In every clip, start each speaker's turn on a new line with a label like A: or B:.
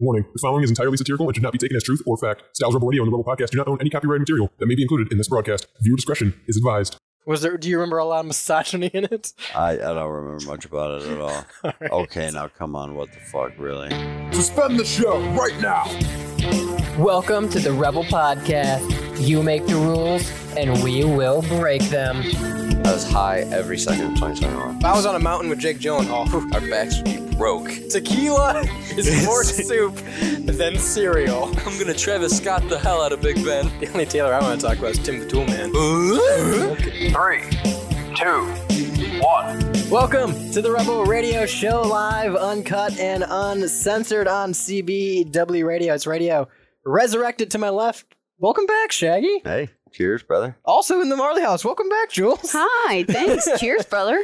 A: Warning, the following is entirely satirical and should not be taken as truth or fact. Styles Rebel Radio and the Rebel Podcast do not own any copyrighted material that may be included in this broadcast. Viewer discretion is advised.
B: Was there? Do you remember a lot of misogyny in it?
C: I, I don't remember much about it at all.
B: All right.
C: Okay, now come on, what the fuck, really?
A: Suspend the show right now!
D: Welcome to the Rebel Podcast. You make the rules, and we will break them.
C: I was high every second of 2021.
E: If I was on a mountain with Jake Gyllenhaal, whew, our backs would be broke.
B: Tequila is more soup than cereal.
E: I'm gonna Travis Scott the hell out of Big Ben.
B: The only Taylor I want to talk about is Tim the Tool Man.
F: Three, two, one.
D: Welcome to the Rebel Radio Show, live, uncut, and uncensored on CBW Radio. It's radio resurrected to my left. Welcome back, Shaggy.
C: Hey, cheers, brother.
D: Also in the Marley House. Welcome back, Jules.
G: Hi, thanks. Cheers, brother.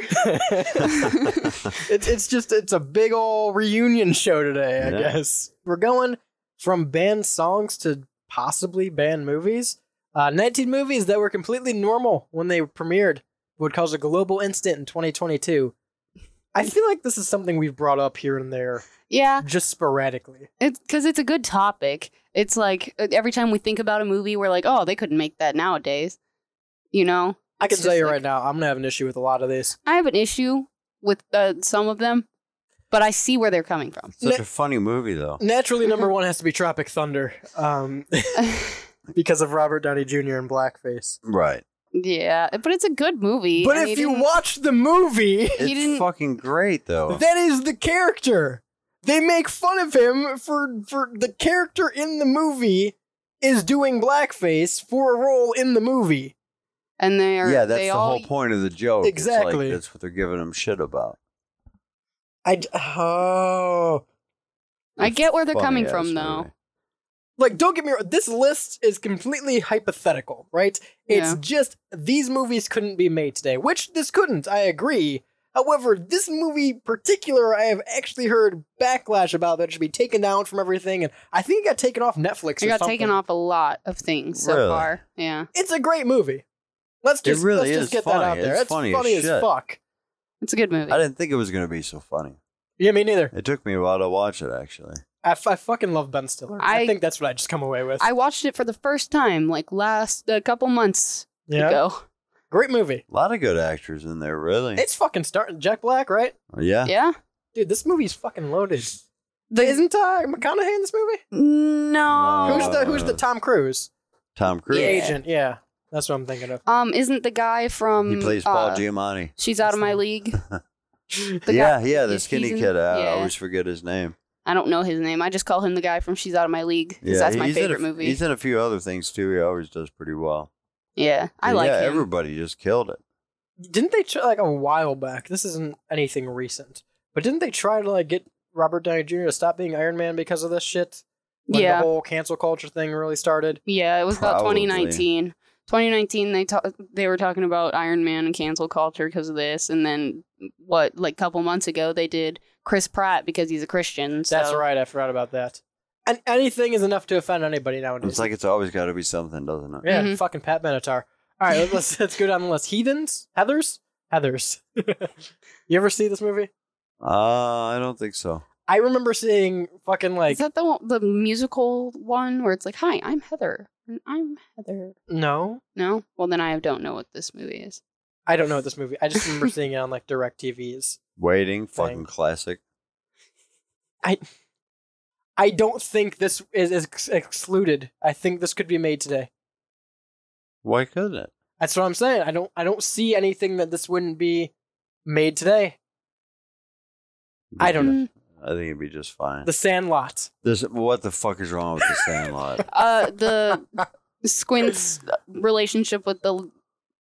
D: It's it's just it's a big old reunion show today. I
C: Yeah.
D: guess we're going from banned songs to possibly banned movies. Uh, 19 movies that were completely normal when they premiered would cause a global instant in 2022. I feel like this is something we've brought up here and there,
G: Yeah,
D: just sporadically.
G: it's because it's a good topic. It's like uh, every time we think about a movie, we're like, oh, they couldn't make that nowadays. You know,
D: I can
G: It's
D: tell
G: just
D: you
G: like-
D: right now, I'm gonna have an issue with a lot of this.
G: I have an issue with uh, some of them, but I see where they're coming from.
C: Such
D: Ne-
C: a funny movie, though.
D: Naturally, number one has to be Tropic Thunder, um, because of Robert Downey Jr. and blackface.
C: Right.
G: yeah, but it's a good movie.
D: But
G: and
D: if
G: he
D: you
G: didn't-
D: watch the movie,
C: It's
G: didn't-
C: fucking great, though.
D: That is the character. They make fun of him for for the character in the movie is doing blackface for a role in the movie.
G: and they are,
C: yeah, that's
G: they
C: the
G: all,
C: whole point of the joke. It's like,
D: Exactly.
C: that's what they're giving them shit about.
D: I d- oh
G: I
C: It's
G: get where they're
C: funny
G: coming
C: ass
G: from,
C: movie.
G: though.
D: like don't get me wrong. This list is completely hypothetical, right?
G: Yeah.
D: It's just these movies couldn't be made today, which this couldn't. I agree. However, this movie particular, I have actually heard backlash about that it should be taken down from everything, and I think it got taken off Netflix.
G: I
D: or
G: got
D: something.
G: taken off a lot of things so
C: Really?
G: far. Yeah,
D: It's a great movie. Let's
C: It
D: just
C: really
D: let's
C: is
D: just get
C: funny.
D: that out there.
C: It's
D: It's,
C: funny
D: funny,
C: as
D: as,
C: shit.
D: fuck.
G: it's a good movie.
C: I didn't think it was going to be so funny.
D: Yeah, me neither.
C: It took me a while to watch it, actually.
D: I, f- I fucking love Ben Stiller. I,
G: I-
D: think that's what I just come away with.
G: I watched it for the first time like last a couple months
D: yeah,
G: ago.
D: great movie.
C: A lot of good actors in there, really. Oh,
D: It's fucking starting. Jack Black, right?
C: yeah.
G: Yeah.
D: Dude, this movie's fucking loaded.
G: The-
D: Isn't uh, McConaughey in this movie?
G: No.
D: who's the Who's the
C: Uh,
D: Tom Cruise
C: Tom
D: The
C: Cruise.
G: Yeah.
D: agent? Yeah, that's what I'm thinking of.
G: um? Isn't the guy from?
C: He plays Paul
G: uh,
C: Giamatti.
G: She's out of my league. The
C: yeah,
G: guy-
C: yeah,
G: he's-
C: the
G: he's
C: skinny
G: in-
C: kid. I, I
G: yeah.
C: always forget his name.
G: I don't know his name. I just call him the guy from She's Out of My League. 'cause
C: Yeah,
G: that's my
C: he's
G: favorite
C: in a,
G: movie.
C: He's in a few other things too. He always does pretty well.
G: yeah, I
C: And
G: like
C: yeah,
G: him.
C: everybody just killed it.
D: Didn't they try like a while back? This isn't anything recent, but didn't they try to like get Robert Downey Jr. to stop being Iron Man because of this shit? When
G: yeah,
D: the whole cancel culture thing really started.
G: yeah. It was about
C: Probably.
G: 2019. 2019, they ta- they were talking about Iron Man and cancel culture because of this, and then what? Like couple months ago, they did Chris Pratt because he's a Christian. So.
D: That's right. I forgot about that. And anything is enough to offend anybody nowadays.
C: It's like it's always got to be something, doesn't it?
D: yeah,
G: Mhm.
D: fucking Pat Benatar. All right, let's let's go down the list. Heathens, Heathers, Heathers. you ever see this movie?
C: Uh, I don't think so.
D: I remember seeing fucking like
G: Is that the one- the musical one where it's like, "Hi, I'm Heather. And I'm Heather."
D: no.
G: No? Well, then I don't know what this movie is.
D: I don't know this movie. I just remember seeing it on like direct TVs.
C: Waiting, fucking classic.
D: I don't think this is, is ex- excluded. I think this could be made today.
C: Why couldn't it?
D: That's what I'm saying. I don't I don't see anything that this wouldn't be made today. I don't know.
C: I think it'd be just fine.
D: The Sandlot.
C: This, what the fuck is wrong with the Sandlot?
G: Uh, the Squint's relationship with the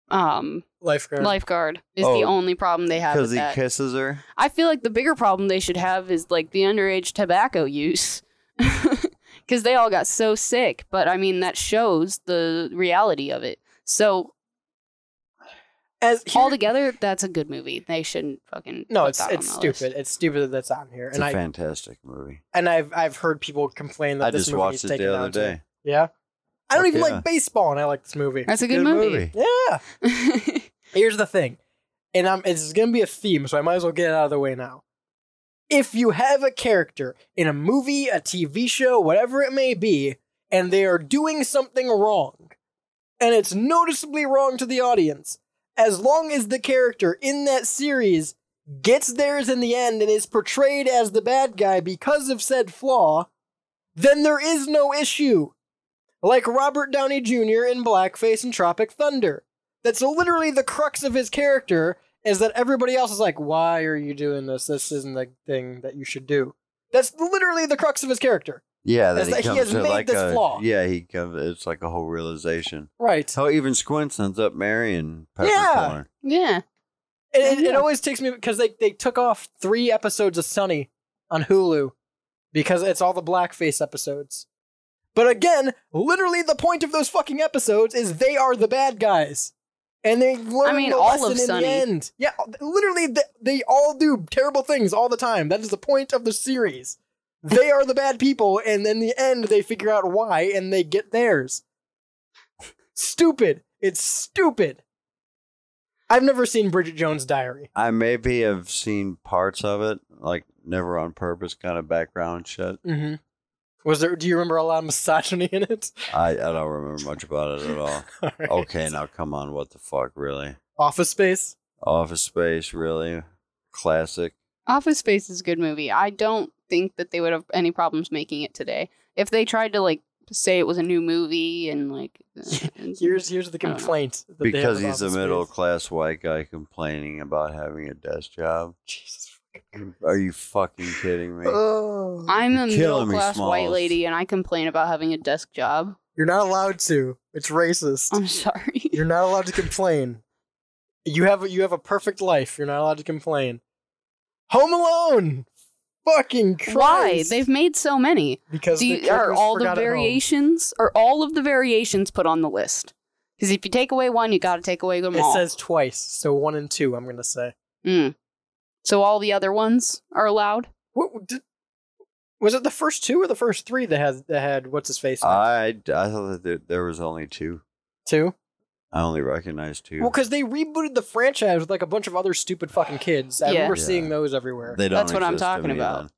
G: um
D: Lifeguard.
G: lifeguard is
C: Oh,
G: the only problem they have
C: Because he
G: with that.
C: kisses her.
G: I feel like the bigger problem they should have is like the underage tobacco use. Because they all got so sick, but I mean that shows the reality of it. So
D: As here-
G: altogether, that's a good movie. They shouldn't fucking
D: No,
G: put
D: it's
G: that on
D: it's
G: the list.
D: stupid. It's stupid that that's on here,
C: It's
D: and
C: a
D: I
C: fantastic movie.
D: and I've I've heard people complain that
C: I
D: this
C: just
D: movie
C: watched
D: is
C: it
D: taken
C: the other
D: down too.
C: day.
D: Yeah, I don't
C: Fuck
D: even
C: yeah.
D: like baseball, and I like this movie.
G: That's a good, movie.
D: Yeah.
G: movie.
D: Here's the thing, and I'm it's gonna be a theme, so I might as well get it out of the way now. if you have a character in a movie, a TV show, whatever it may be, and they are doing something wrong, and it's noticeably wrong to the audience, as long as the character in that series gets theirs in the end and is portrayed as the bad guy because of said flaw, then there is no issue. Like Robert Downey Jr. in Blackface and Tropic Thunder. That's literally the crux of his character, is that everybody else is like, why are you doing this? This isn't the thing that you should do. That's literally the crux of his character.
C: Yeah,
D: That's
C: that he,
D: like he
C: comes
D: has
C: to
D: made
C: like
D: this
C: a
D: flaw.
C: yeah, he comes. It's like a whole realization.
D: Right.
C: How even Squints ends up marrying
D: Yeah.
C: Peppercorn.
G: Yeah.
D: It, it, it
G: Yeah.
D: always takes me because they, they took off three episodes of Sunny on Hulu because it's all the blackface episodes. But again, literally the point of those fucking episodes is they are the bad guys. And they learn
G: mean,
D: the
G: all
D: lesson
G: of
D: in
G: Sunny.
D: the end. Yeah, literally, they, they all do terrible things all the time. That is the point of the series. They are the bad people, and in the end, they figure out why and they get theirs. Stupid. It's stupid. I've never seen Bridget Jones' Diary.
C: I maybe have seen parts of it, like never on purpose kind of background shit.
D: Mm-hmm. Was there? Do you remember a lot of misogyny in it?
C: I, I don't remember much about it at all.
D: All right.
C: Okay, now come on, what the fuck, really?
D: Office Space.
C: Office Space, really? Classic.
G: Office Space is a good movie. I don't think that they would have any problems making it today. If they tried to like say it was a new movie and like uh,
D: Here's here's the
G: I don't know.
D: complaint. that they have
C: Because
D: with
C: he's a
D: Office
C: middle
D: Space.
C: class white guy complaining about having a desk job.
D: Jesus.
C: Are you fucking kidding me?
D: Oh.
G: I'm a
C: You're killing me,
G: middle class white
C: Smalls.
G: lady and I complain about having a desk job.
D: You're not allowed to. It's racist.
G: I'm sorry.
D: You're not allowed to complain. You have a, you have a perfect life. You're not allowed to complain. Home Alone. Fucking Christ.
G: Why? They've made so many.
D: because
G: Do
D: the
G: you,
D: kid
G: are
D: was
G: all the
D: forgot at home.
G: variations are all of the variations put on the list? Because if you take away one, you got to take away them
D: It
G: all.
D: says twice, so one and two. I'm gonna say.
G: Mm. So all the other ones are allowed.
D: What did, was it? The first two or the first three that had that had what's his face? in it?
C: I, I thought that there, there was only two.
D: two.
C: I only recognized two.
D: Well, because they rebooted the franchise with like a bunch of other stupid fucking kids. I
G: Yeah.
D: remember
C: Yeah.
D: seeing those everywhere.
C: They don't
G: That's what I'm
C: exist to
G: talking
C: me
G: about.
C: then.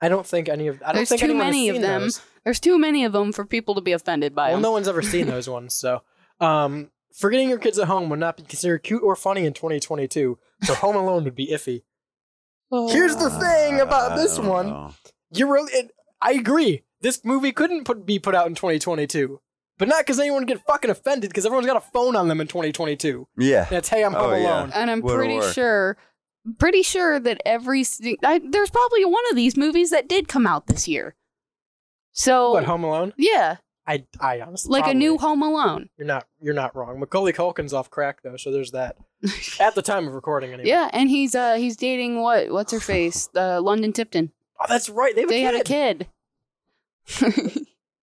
D: I don't think any of. I don't
G: There's
D: think
G: too
D: anyone has
G: many of
D: seen
G: them.
D: those.
G: There's too many of them for people to be offended by
D: Well,
G: them.
D: no one's ever seen those ones, so um, forgetting your kids at home would not be considered cute or funny in 2022. So Home Alone would be iffy.
G: Oh.
D: Here's the thing about
C: I
D: this
C: don't
D: one.
C: know.
D: You really, it, I agree. This movie couldn't put, be put out in 2022, but not because anyone would get fucking offended because everyone's got a phone on them in 2022.
C: Yeah.
D: That's hey, I'm
C: Oh,
D: home
C: yeah.
D: alone.
G: and I'm
C: What'll
G: pretty
C: work?
G: sure, pretty sure that every si- I, there's probably one of these movies that did come out this year. So
D: What Home Alone?
G: yeah,
D: I, I honestly
G: like a new
D: probably.
G: Home Alone.
D: You're not you're not wrong. Macaulay Culkin's off crack though, so there's that. At the time of recording, anyway.
G: Yeah, and he's uh he's dating what what's her face uh, London Tipton.
D: Oh, that's right. They, have
G: They
D: a
G: had a
D: kid.
G: kid,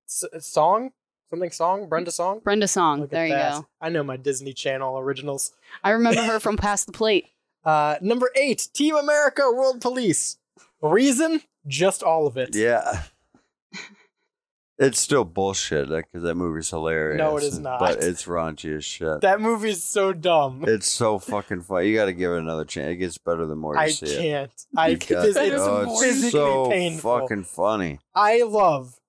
D: S- uh, song, something song, Brenda song.
G: Brenda Song.
D: Look at
G: there you
D: that.
G: go.
D: I know my Disney Channel originals.
G: I remember her from Past the Plate.
D: Uh, number eight, Team America, World Police. Reason, just all of it.
C: Yeah. It's still bullshit because that movie's hilarious.
D: No, it is
C: and-
D: not.
C: But it's raunchy as shit.
D: That movie's so dumb.
C: it's so fucking funny. You got to give it another chance. It gets better the more you
D: I
C: see it.
D: can't. I
C: You got-
D: this,
G: That
D: it's
G: is
C: oh,
G: more
D: physically
C: it's so
D: painful.
C: fucking funny.
D: I love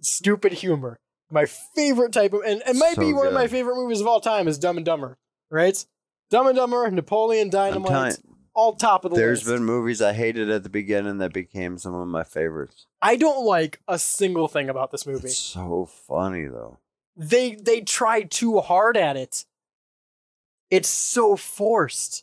D: stupid humor. My favorite type of and it might
C: So
D: be one of my
C: good.
D: favorite movies of all time is Dumb and Dumber, right? Dumb and Dumber, Napoleon
C: I'm telling
D: Dynamite, all top of the
C: there's
D: list.
C: been movies I hated at the beginning that became some of my favorites.
D: I don't like a single thing about this movie.
C: It's so funny though.
D: They they try too hard at it. It's so forced.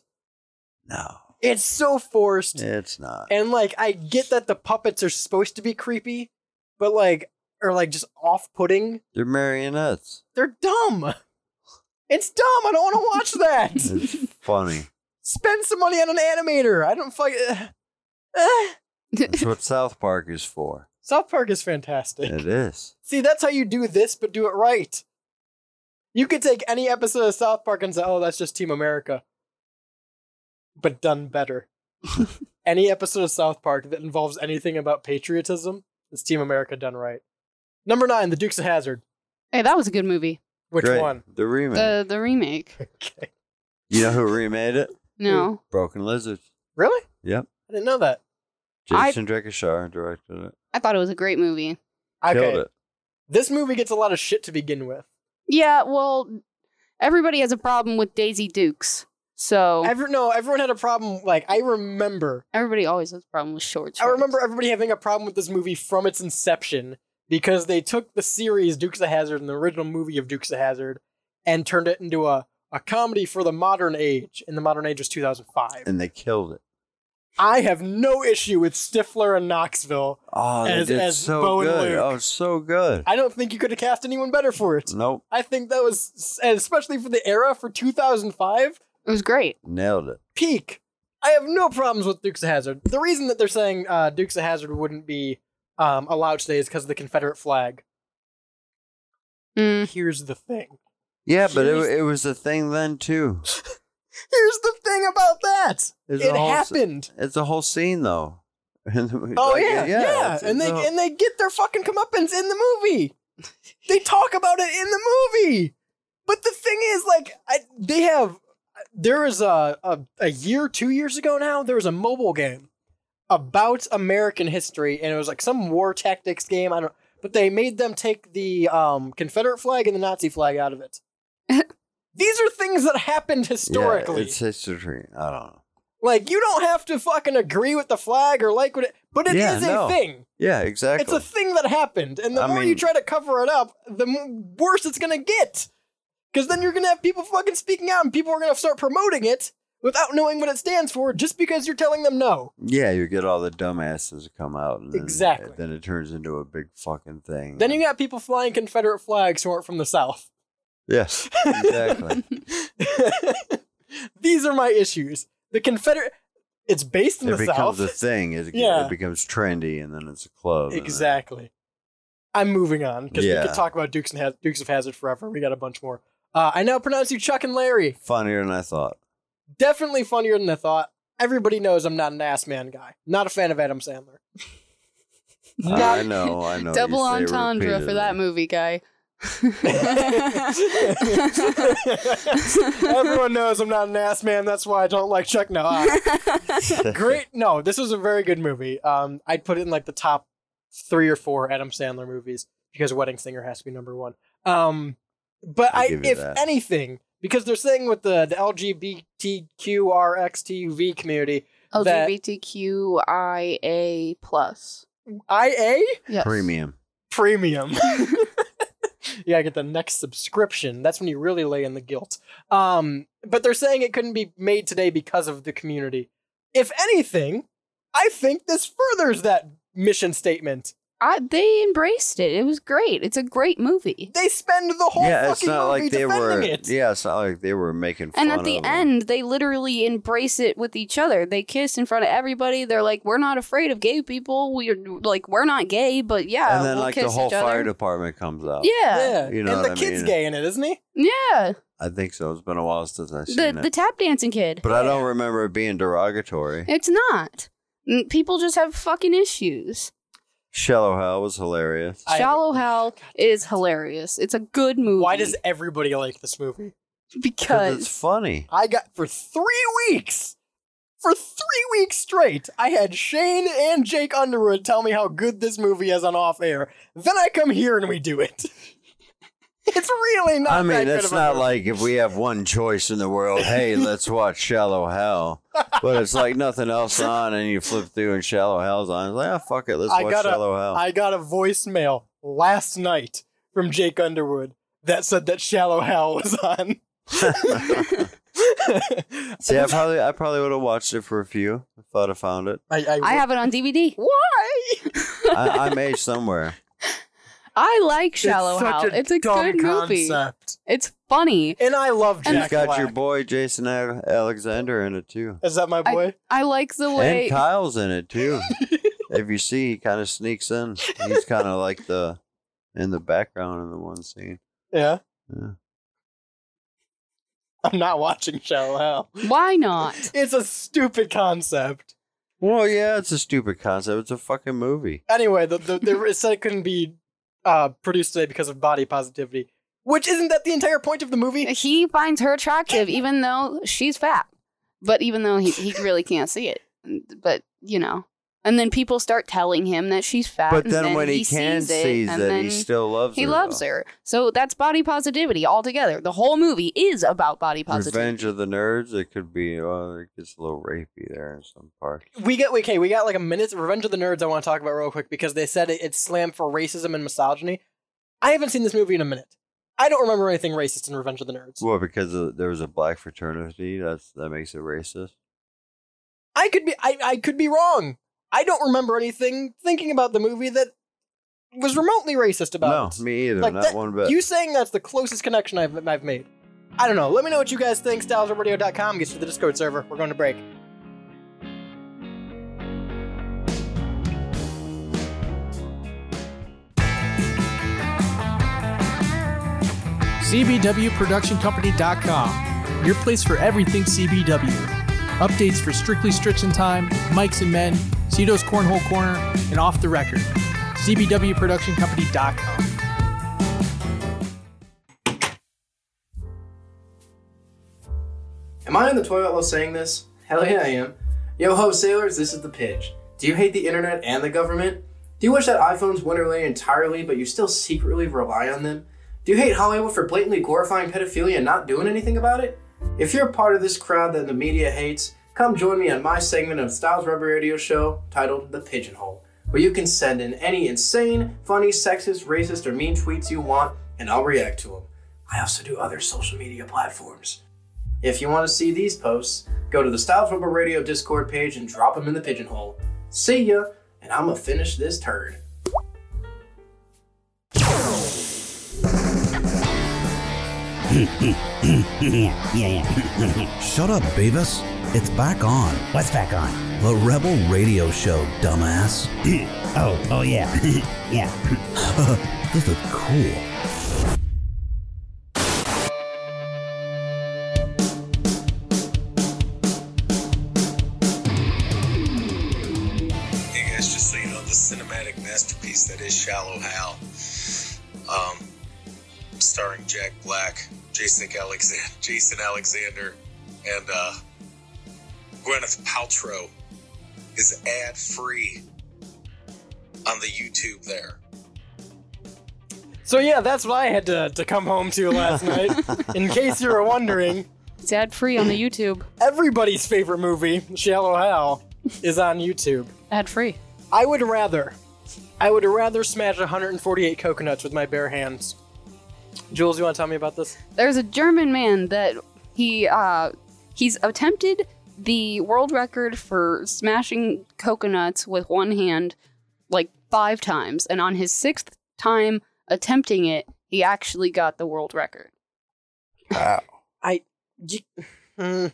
C: No,
D: It's so forced.
C: it's not.
D: And like I get that the puppets are supposed to be creepy, but like or like just off-putting.
C: They're marionettes.
D: They're dumb. It's dumb. I don't want to watch that.
C: It's funny.
D: spend some money on an animator. I don't fuck. Uh, uh.
C: That's what South Park is for.
D: South Park is fantastic.
C: It is.
D: See, that's how you do this, but do it right. You could take any episode of South Park and say, "Oh, that's just Team America," but done better. any episode of South Park that involves anything about patriotism is Team America done right. Number nine, The Dukes of Hazard.
G: Hey, that was a good movie.
D: Which
C: Great.
D: one?
C: The remake.
G: The the remake.
D: Okay.
C: you know who remade it?
G: No,
C: Broken Lizards.
D: Really?
C: Yep.
D: I didn't know that.
G: I-
C: Jason Drakeshar directed it.
G: I thought it was a great movie.
C: Killed
D: Okay.
C: it.
D: This movie gets a lot of shit to begin with.
G: Yeah, well, everybody has a problem with Daisy Dukes.
C: Oh.
G: So
D: Every, no, everyone had a problem. Like I remember,
G: everybody always has a problem with short
D: I
G: shorts.
D: remember everybody having a problem with this movie from its inception because they took the series Dukes of Hazard and the original movie of Dukes of Hazard and turned it into a a comedy for the modern age. And the modern age was 2005.
C: And they killed it.
D: I have no issue with Stifler and Knoxville.
C: Oh, they
D: As-
C: did
D: as
C: so
D: Bo and
C: good.
D: Luke.
C: Oh, so good.
D: I don't think you could have cast anyone better for it.
C: Nope.
D: I think that was, and especially for the era for 2005,
G: It was great.
C: Nailed it.
D: peak. I have no problems with Dukes of Hazard. The reason that they're saying uh, Dukes of Hazard wouldn't be um, allowed today is because of the Confederate flag.
G: Mm.
D: Here's the thing.
C: Yeah, but
D: Here's-
C: it, it was a thing then too.
D: Here's the thing about that.
C: There's a
D: it
C: whole s-
D: happened.
C: It's a whole scene though. And we-
D: Oh
C: like,
D: yeah, yeah,
C: it's-
D: and they
C: it's a-
D: and they get their fucking comeuppance in the movie. they talk about it in the movie. But the thing is, like, I, they have there is a, a a year, two years ago now, there was a mobile game about American history, and it was like some war tactics game. I don't, but they made them take the um, Confederate flag and the Nazi flag out of it. These are things that happened historically.
C: Yeah, it's history. I don't know.
D: like you don't have to fucking agree with the flag or like what it, but it is
C: Yeah,
D: a
C: no.
D: thing.
C: Yeah, exactly.
D: It's a thing that happened, and the
C: I
D: more you
C: mean-
D: try to cover it up, the m- worse it's gonna get. Because then you're gonna have people fucking speaking out, and people are gonna start promoting it without knowing what it stands for, just because you're telling them no.
C: yeah, you get all the dumbasses to come out, and then,
D: Exactly.
C: Then it turns into a big fucking thing.
D: Then you got people flying Confederate flags who aren't from the South.
C: yes, exactly.
D: These are my issues. The Confederate, it's based in
C: it
D: the South.
C: becomes a thing. It,
D: Yeah.
C: it becomes trendy, and then it's a club. and then-
D: Exactly. I'm moving on because we
C: Yeah.
D: could talk about Dukes and Haz- Dukes of Hazard forever. We got a bunch more. Uh, I now pronounce you Chuck and Larry.
C: funnier than I thought.
D: definitely funnier than I thought. Everybody knows I'm not an ass man guy. Not a fan of Adam Sandler.
C: I know. I know. you
G: Double
C: say it
G: entendre for that
C: repeatedly.
G: movie, guy.
D: Everyone knows I'm not an ass man. That's why I don't like Chuck. No, I- great. No, this was a very good movie. Um, I'd put it in like the top three or four Adam Sandler movies because Wedding Singer has to be number one. Um, but
C: I'll
D: I,
C: give you
D: if
C: that.
D: anything, because they're saying with the the LGBTQRXTUV community, that-
G: LGBTQIA plus.
D: IA
G: Yes.
C: Premium.
D: premium. yeah, I get the next subscription. That's when you really lay in the guilt. Um, but they're saying it couldn't be made today because of the community. If anything, I think this furthers that mission statement.
G: I, they embraced it. It was great. It's a great movie.
D: They spend the whole
C: yeah,
D: fucking
C: it's not
D: movie
C: like they
D: defending
C: were.
D: it.
C: Yeah, it's not like they were making fun.
G: And at the
C: of them.
G: end, they literally embrace it with each other. They kiss in front of everybody. They're like, "We're not afraid of gay people. We're like, we're not gay, but yeah."
C: and then
G: we'll
C: like
G: kiss
C: the whole
G: each other."
C: fire department comes out.
G: Yeah,
D: Yeah,
C: You know
D: and the
C: what I
D: kid's
C: mean.
D: gay in it, isn't he?
G: yeah.
C: I think so. It's been a while since I've seen
G: The
C: it.
G: the tap dancing kid.
C: but I don't remember it being derogatory.
G: It's not. N- People just have fucking issues.
C: Shallow Hell was hilarious.
D: I-
G: Shallow Hal is hilarious. It's a good movie.
D: Why does everybody like this movie?
C: Because
G: because
C: it's funny.
D: I got for three weeks. For three weeks straight, I had Shane and Jake Underwood tell me how good this movie is on off air. Then I come here and we do it. it's really not.
C: I mean,
D: that good
C: it's
D: of a
C: not
D: movie.
C: like if we have one choice in the world, hey, let's watch Shallow Hell. But it's like nothing else on, and you flip through and Shallow Hell's on. It's like, ah, fuck it, let's
D: I
C: watch
D: gotta-
C: Shallow Hell.
D: I got a voicemail last night from Jake Underwood that said that Shallow Hal was on. I,
C: See, I probably, I probably would have watched it for a few if I'd have found it.
D: I,
G: I have it on DVD.
D: why?
C: I, I'm aged somewhere.
G: I like Shallow
D: such
G: Hal. It's a
D: dumb
G: good movie.
D: concept.
G: It's funny.
D: and I love Jack.
C: You've got your
D: Black.
C: boy Jason A- Alexander in it too,
D: Is that my boy?
G: I like the
C: and
G: way
C: Kyle's in it too. if you see, he kind of sneaks in. He's kind of like the in the background in the one scene.
D: Yeah.
C: Yeah.
D: I'm not watching Shallow Hal.
G: Why not?
D: It's a stupid concept.
C: Well, yeah, it's a stupid concept. It's a fucking movie.
D: Anyway, the, the, the, it said it couldn't be uh, produced today because of body positivity, which isn't that the entire point of the movie?
G: He finds her attractive, even though she's fat. But even though he, he really can't see it. But, you know, And then people start telling him that she's fat.
C: But
G: and
C: then when he, can
G: sees it,
C: sees
G: and
C: that,
G: then
C: he still loves
G: he
C: her.
G: loves
C: though.
G: her. So that's body positivity altogether. The whole movie is about body positivity.
C: Revenge of the Nerds. It could be. Oh, it gets a little rapey there in some parts.
D: We got okay. We got like a minute. Revenge of the Nerds. I want to talk about real quick because they said it, it's slammed for racism and misogyny. I haven't seen this movie in a minute. I don't remember anything racist in Revenge of the Nerds.
C: Well, because of, there was a black fraternity. That's that makes it racist.
D: I could be. I, I could be wrong. I don't remember anything thinking about the movie that was remotely racist about. it.
C: no, me either.
D: Like
C: not
D: that-
C: one bit.
D: You saying that's the closest connection I've, I've made. I don't know. Let me know what you guys think. StylesRadio.com gets to the Discord server. We're going to break.
H: CBWProductionCompany.com, your place for everything CBW. Updates for Strictly Stritch in Time, Mikes and Men, Cito's Cornhole Corner, and Off the Record. CBWProductionCompany.com.
I: Am I on the toilet while saying this? Hell yeah, I am. Yo ho, sailors, this is The Pitch. Do you hate the internet and the government? Do you wish that iPhones went away entirely, but you still secretly rely on them? Do you hate Hollywood for blatantly glorifying pedophilia and not doing anything about it? If you're a part of this crowd that the media hates, come join me on my segment of Styles Rubber Radio Show titled The Pigeonhole, where you can send in any insane, funny, sexist, racist, or mean tweets you want, and I'll react to them. I also do other social media platforms. If you want to see these posts, go to the Styles Rubber Radio Discord page and drop them in the pigeonhole. See ya, and I'm gonna finish this turd.
J: Shut up, Beavis. It's back on. What's back on? The Rebel Radio Show, dumbass. oh, oh yeah. yeah. this is cool.
K: Hey guys, just so you know, this cinematic masterpiece that is Shallow Hal, um, starring Jack Black, Jason Alexander, Jason Alexander, and uh, Gwyneth Paltrow, is ad free on the YouTube there.
D: So yeah, that's what I had to, to come home to last night. In case you were wondering,
G: It's ad free on the YouTube.
D: everybody's favorite movie, Shallow Hal, is on YouTube.
G: Ad free.
D: I would rather, I would rather smash 148 coconuts with my bare hands. Jules, you want to tell me about this?
G: There's a German man that he uh he's attempted the world record for smashing coconuts with one hand like five times, and on his sixth time attempting it, he actually got the world record.
C: Wow.
D: Ye- Hmm.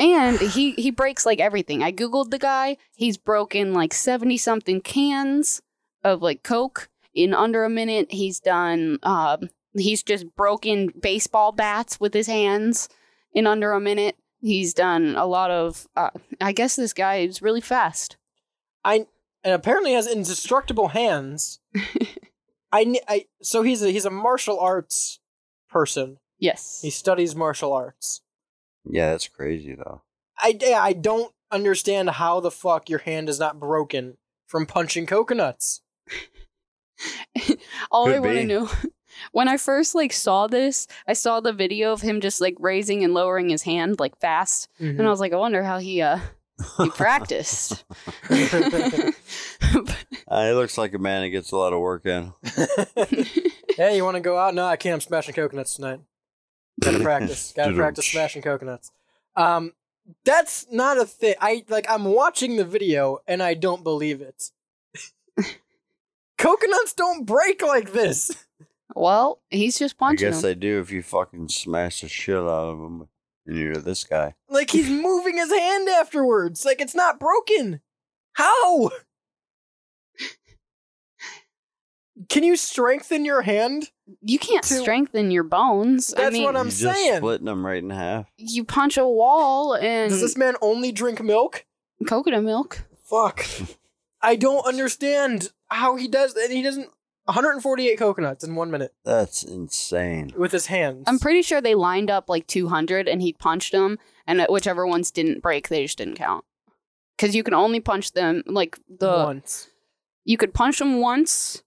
G: And he he breaks like everything. I googled the guy. He's broken like 70 something cans of like coke in under a minute. He's done um he's just broken baseball bats with his hands in under a minute. He's done a lot of uh, I guess this guy is really fast.
D: I and apparently has indestructible hands. I, ne- I so he's a he's a martial arts person.
G: Yes.
D: He studies martial arts.
C: Yeah, that's crazy though.
D: I yeah, I don't understand how the fuck your hand is not broken from punching coconuts.
G: All I
C: Could
G: want
C: be.
G: to know when I first like saw this, I saw the video of him just like raising and lowering his hand like fast and I was like, I wonder how he uh he practiced.
C: Uh, he looks like a man that gets a lot of work in.
D: hey, you want to go out? No, I can't. I'm smashing coconuts tonight. Gotta practice. Gotta practice smashing coconuts. Um, that's not a thing. I like. I'm watching the video and I don't believe it. coconuts don't break like this.
G: well, he's just
C: I
G: punching
C: guess
G: him.
C: they do if you fucking smash the shit out of him. And you're this guy.
D: Like he's moving his hand afterwards. Like it's not broken. How? Can you strengthen your hand?
G: you can't
D: to-
G: strengthen your bones. I
D: That's
G: mean,
D: what I'm
C: you just
D: saying.
C: splitting them right in half.
G: you punch a wall and
D: Does this man only drink milk?
G: coconut milk.
D: Fuck. I don't understand how he does and he doesn't 148 coconuts in 1 minute
C: That's insane.
D: with his hands.
G: I'm pretty sure they uh, lined up like 200 and he punched them, and whichever ones didn't break, they just didn't count. because you can only punch them like the
D: once.
G: You could punch them once.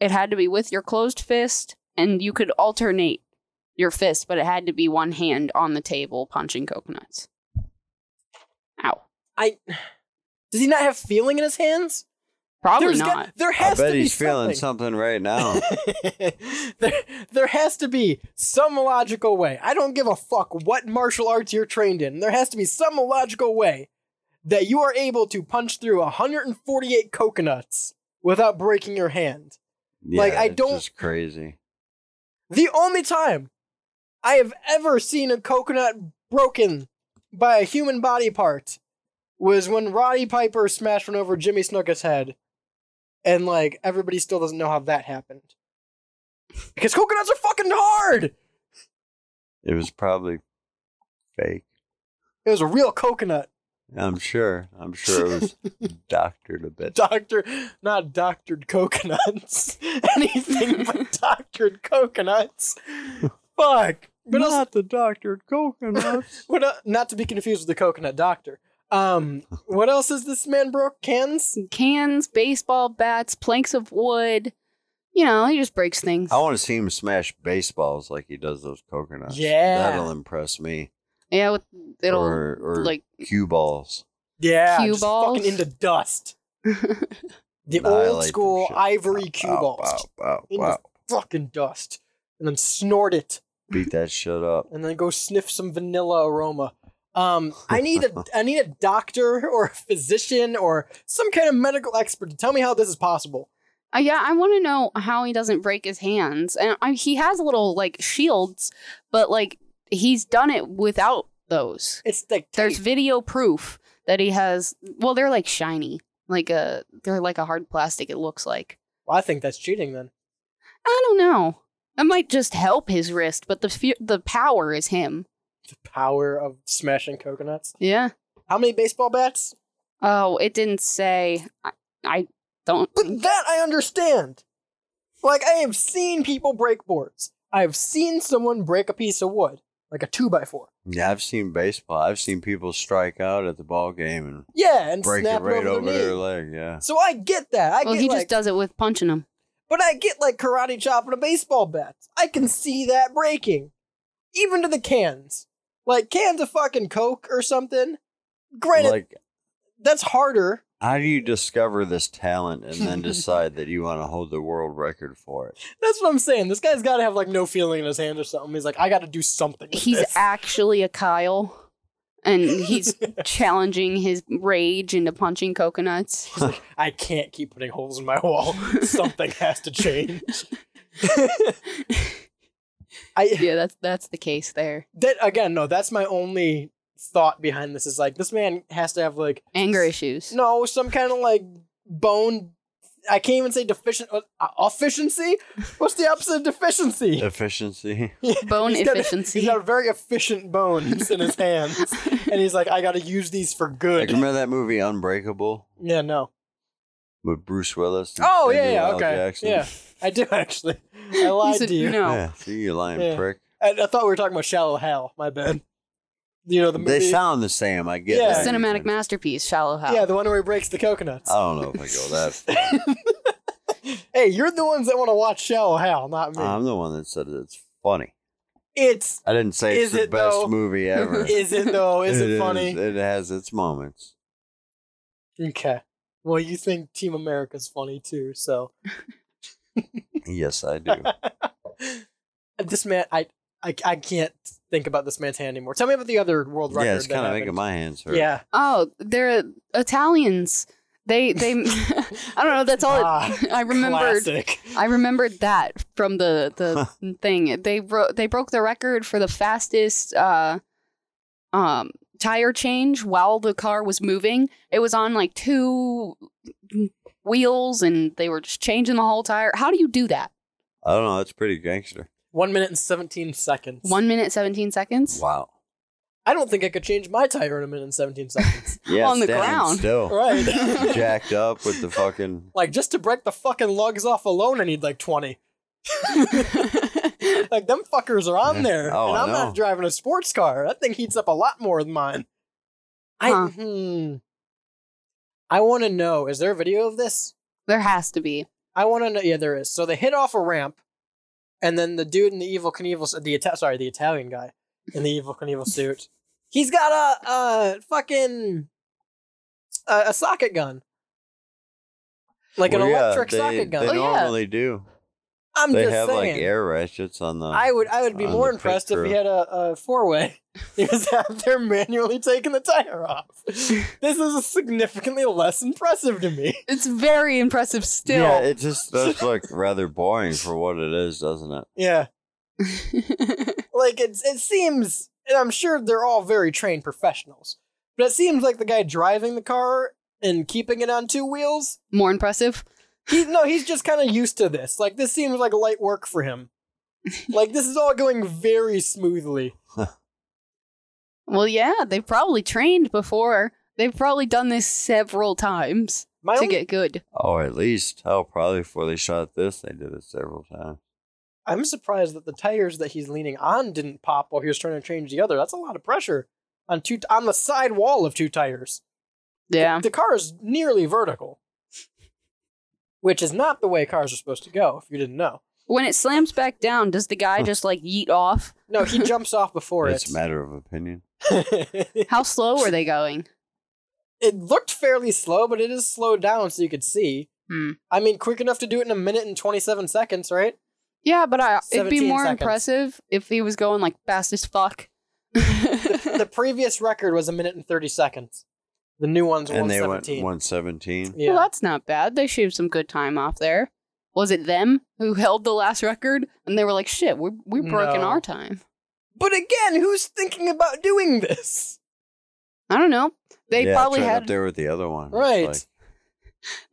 G: It had to be with your closed fist, and you could alternate your fist, but it had to be one hand on the table punching coconuts. Ow!
D: I does he not have feeling in his hands?
G: Probably
D: There's got-
G: not.
D: there
C: I
D: has
C: bet
D: to be
C: he's feeling
D: something.
C: something right now.
D: there, there has to be some logical way. I don't give a fuck what martial arts you're trained in. There has to be some logical way that you are able to punch through 148 coconuts without breaking your hand. Like,
C: Yeah,
D: I
C: it's
D: don't-
C: Just crazy.
D: The only time I have ever seen a coconut broken by a human body part was when Roddy Piper smashed one over Jimmy Snuka's head. And like everybody still doesn't know how that happened. Because coconuts are fucking hard.
C: It was probably fake.
D: It was a real coconut.
C: I'm sure. I'm sure it was doctored a bit.
D: Doctor not doctored coconuts. Anything but doctored coconuts. Fuck. But not
C: the doctored coconuts.
D: what el- not to be confused with the coconut doctor. Um what else is this man broke? Cans?
G: Cans, baseball bats, planks of wood. You know, he just breaks things.
C: I want to see him smash baseballs like he does those coconuts.
G: Yeah.
C: that'll impress me.
G: Yeah, with, it'll
C: or, or
G: like
C: cue balls.
D: Yeah,
G: Cue
D: just
G: balls?
D: fucking into dust. the
C: Annihilate
D: old
C: them
D: school
C: shit.
D: ivory cue
C: Wow,
D: balls.
C: wow, wow,
D: into
C: wow.
D: fucking dust. And then snort it.
C: Beat that shit up.
D: And then go sniff some vanilla aroma. Um, I need a I need a doctor or a physician or some kind of medical expert to tell me how this is possible.
G: Uh, yeah, I want to know how he doesn't break his hands. And I, he has little like shields, but like he's done it without those.
D: It's like
G: there's video proof that he has. Well, they're like shiny, like a they're like a hard plastic. It looks like.
D: Well, I think that's cheating then.
G: I don't know. That might just help his wrist, but the fe- the power is him.
D: Power of smashing coconuts.
G: Yeah.
D: How many baseball bats?
G: Oh, it didn't say. I, I don't.
D: But that I understand. Like I have seen people break boards. I have seen someone break a piece of wood, like a two by four.
C: Yeah, I've seen baseball. I've seen people strike out at the ball game and
D: Yeah, and
C: break
D: snap
C: it
D: it
C: right
D: over,
C: over
D: the
C: their
D: knee.
C: leg. Yeah.
D: So I get that. I
G: well,
D: get
G: he
D: like,
G: just does it with punching him.
D: but I get like karate chopping a baseball bat. I can see that breaking, even to the cans. Like cans of fucking coke or something. Granted,
C: Like,
D: that's harder.
C: how do you discover this talent and then decide that you want to hold the world record for it?
D: That's what I'm saying. This guy's got to have like no feeling in his hand or something. He's like, I got to do something. with
G: He's
D: this."
G: actually a Kyle, and he's challenging his rage into punching coconuts.
D: I can't keep putting holes in my wall. Something has to change.
G: yeah, that's that's the case there.
D: That again, no, that's my only thought behind this is like this man has to have like
G: anger issues.
D: No, some kind of like bone I can't even say deficient uh, efficiency. What's the opposite of deficiency?
C: Efficiency.
G: Bone
D: He's got a-
G: efficiency.
D: he's got very efficient bones in his hands, and he's like, "I got to use these for
C: Like,
D: good."
C: remember that movie Unbreakable
D: Yeah, no.
C: with Bruce Willis? and
D: Oh yeah,
C: Samuel
D: yeah,
C: L.
D: okay,
C: Jackson?
D: yeah. I do actually. I lied
G: said
D: to you.
G: no.
C: Yeah, see you lying
D: Yeah.
C: prick.
D: I, I thought we were talking about Shallow Hal. My bad. You know the movie.
C: They sound the same. I get
D: Yeah.
C: that.
D: The
G: Cinematic masterpiece, Shallow Hal.
D: yeah, the one where he breaks the coconuts.
C: I don't know if I go that. far.
D: Hey, you're the ones that want to watch Shallow Hal, not me.
C: I'm the one that said it's funny.
D: it's
C: I didn't say it's
D: Is
C: the
D: it,
C: best
D: though?
C: movie ever.
D: is it though? Is it,
C: is-
D: funny?
C: it has its moments.
D: Okay. Well, you think Team America's funny too, so
C: Yes, I do.
D: uh, this man, I, I, I can't think about this man's hand anymore. Tell me about the other world record.
C: yeah, it's
D: that
C: kind of
D: happened.
C: making my hands hurt.
D: Yeah.
G: Oh, they're Italians. They they. I don't know. That's all. it, I remembered.
D: Ah, Classic.
G: I remembered that from the the thing. They bro- they broke the record for the fastest uh um tire change while the car was moving. It was on like two wheels and they were just changing the whole tire. How do you do that?
C: I don't know. It's pretty gangster.
D: One minute and seventeen seconds.
G: 1 minute 17 seconds?
C: Wow.
D: I don't think I could change my tire in a minute and seventeen seconds.
C: Yeah,
G: On the
C: standing
G: ground.
C: Still
D: right.
C: jacked up with the fucking.
D: Like just to break the fucking lugs off alone, I need like twenty. like them fuckers are on there,
C: Oh,
D: and
C: I
D: I'm
C: know.
D: not driving a sports car. That thing heats up a lot more than mine. I
G: Huh.
D: hmm. I want to know is there a video of this?
G: There has to be.
D: I want to know. Yeah, there is. So they hit off a ramp, and then the dude in the evil Knievel, the Ita- sorry, the Italian guy in the evil Knievel suit, he's got a, a fucking a, a socket gun, like an
C: Well, yeah,
D: electric
C: they,
D: socket gun. Oh,
C: They normally do.
D: I'm
C: they
D: just
C: have like
D: saying.
C: air ratchets on the.
D: I would I would be
C: on
D: more
C: the
D: impressed if
C: picture.
D: he had a, a four way. He was out there manually taking the tire off. This is significantly less impressive to me.
G: It's very impressive still.
C: Yeah, it just does look rather boring for what it is, doesn't it?
D: Yeah. like it's it seems and I'm sure they're all very trained professionals. But it seems like the guy driving the car and keeping it on two wheels
G: more impressive.
D: He no, he's just kind of used to this. Like this seems like light work for him. like this is all going very smoothly.
G: well, yeah, they've probably trained before. They've probably done this several times to
D: only-
G: get good.
C: Oh, at least hell, probably before they shot this, they did it several times.
D: I'm surprised that the tires that he's leaning on didn't pop while he was trying to change the other. That's a lot of pressure on two on the side wall of two tires.
G: Yeah.
D: The, the car is nearly vertical, which is not the way cars are supposed to go. If you didn't know,
G: When it slams back down, does the guy just like yeet off?
D: no, he jumps off before it.
C: It's a matter of opinion.
G: How slow were they going?
D: It looked fairly slow, but it is slowed down so you could see.
G: Hmm.
D: I mean, quick enough to do it in a minute and twenty-seven seconds, right?
G: Yeah, but I, it'd be
D: 17
G: more
D: seconds.
G: impressive if he was going like fast as fuck.
D: the previous record was a minute and thirty seconds. The new one's
C: And
D: one
C: they went
D: seventeen.
C: 117.
D: Yeah.
G: Well, that's not bad. They shaved some good time off there. Was it them who held the last record? And they were like, shit, we're, we're broken
D: No.
G: our time.
D: But again, who's thinking about doing this?
G: I don't know. They
C: yeah,
G: probably
C: right
G: had
C: up there with the other one. It's
G: Right.
C: like-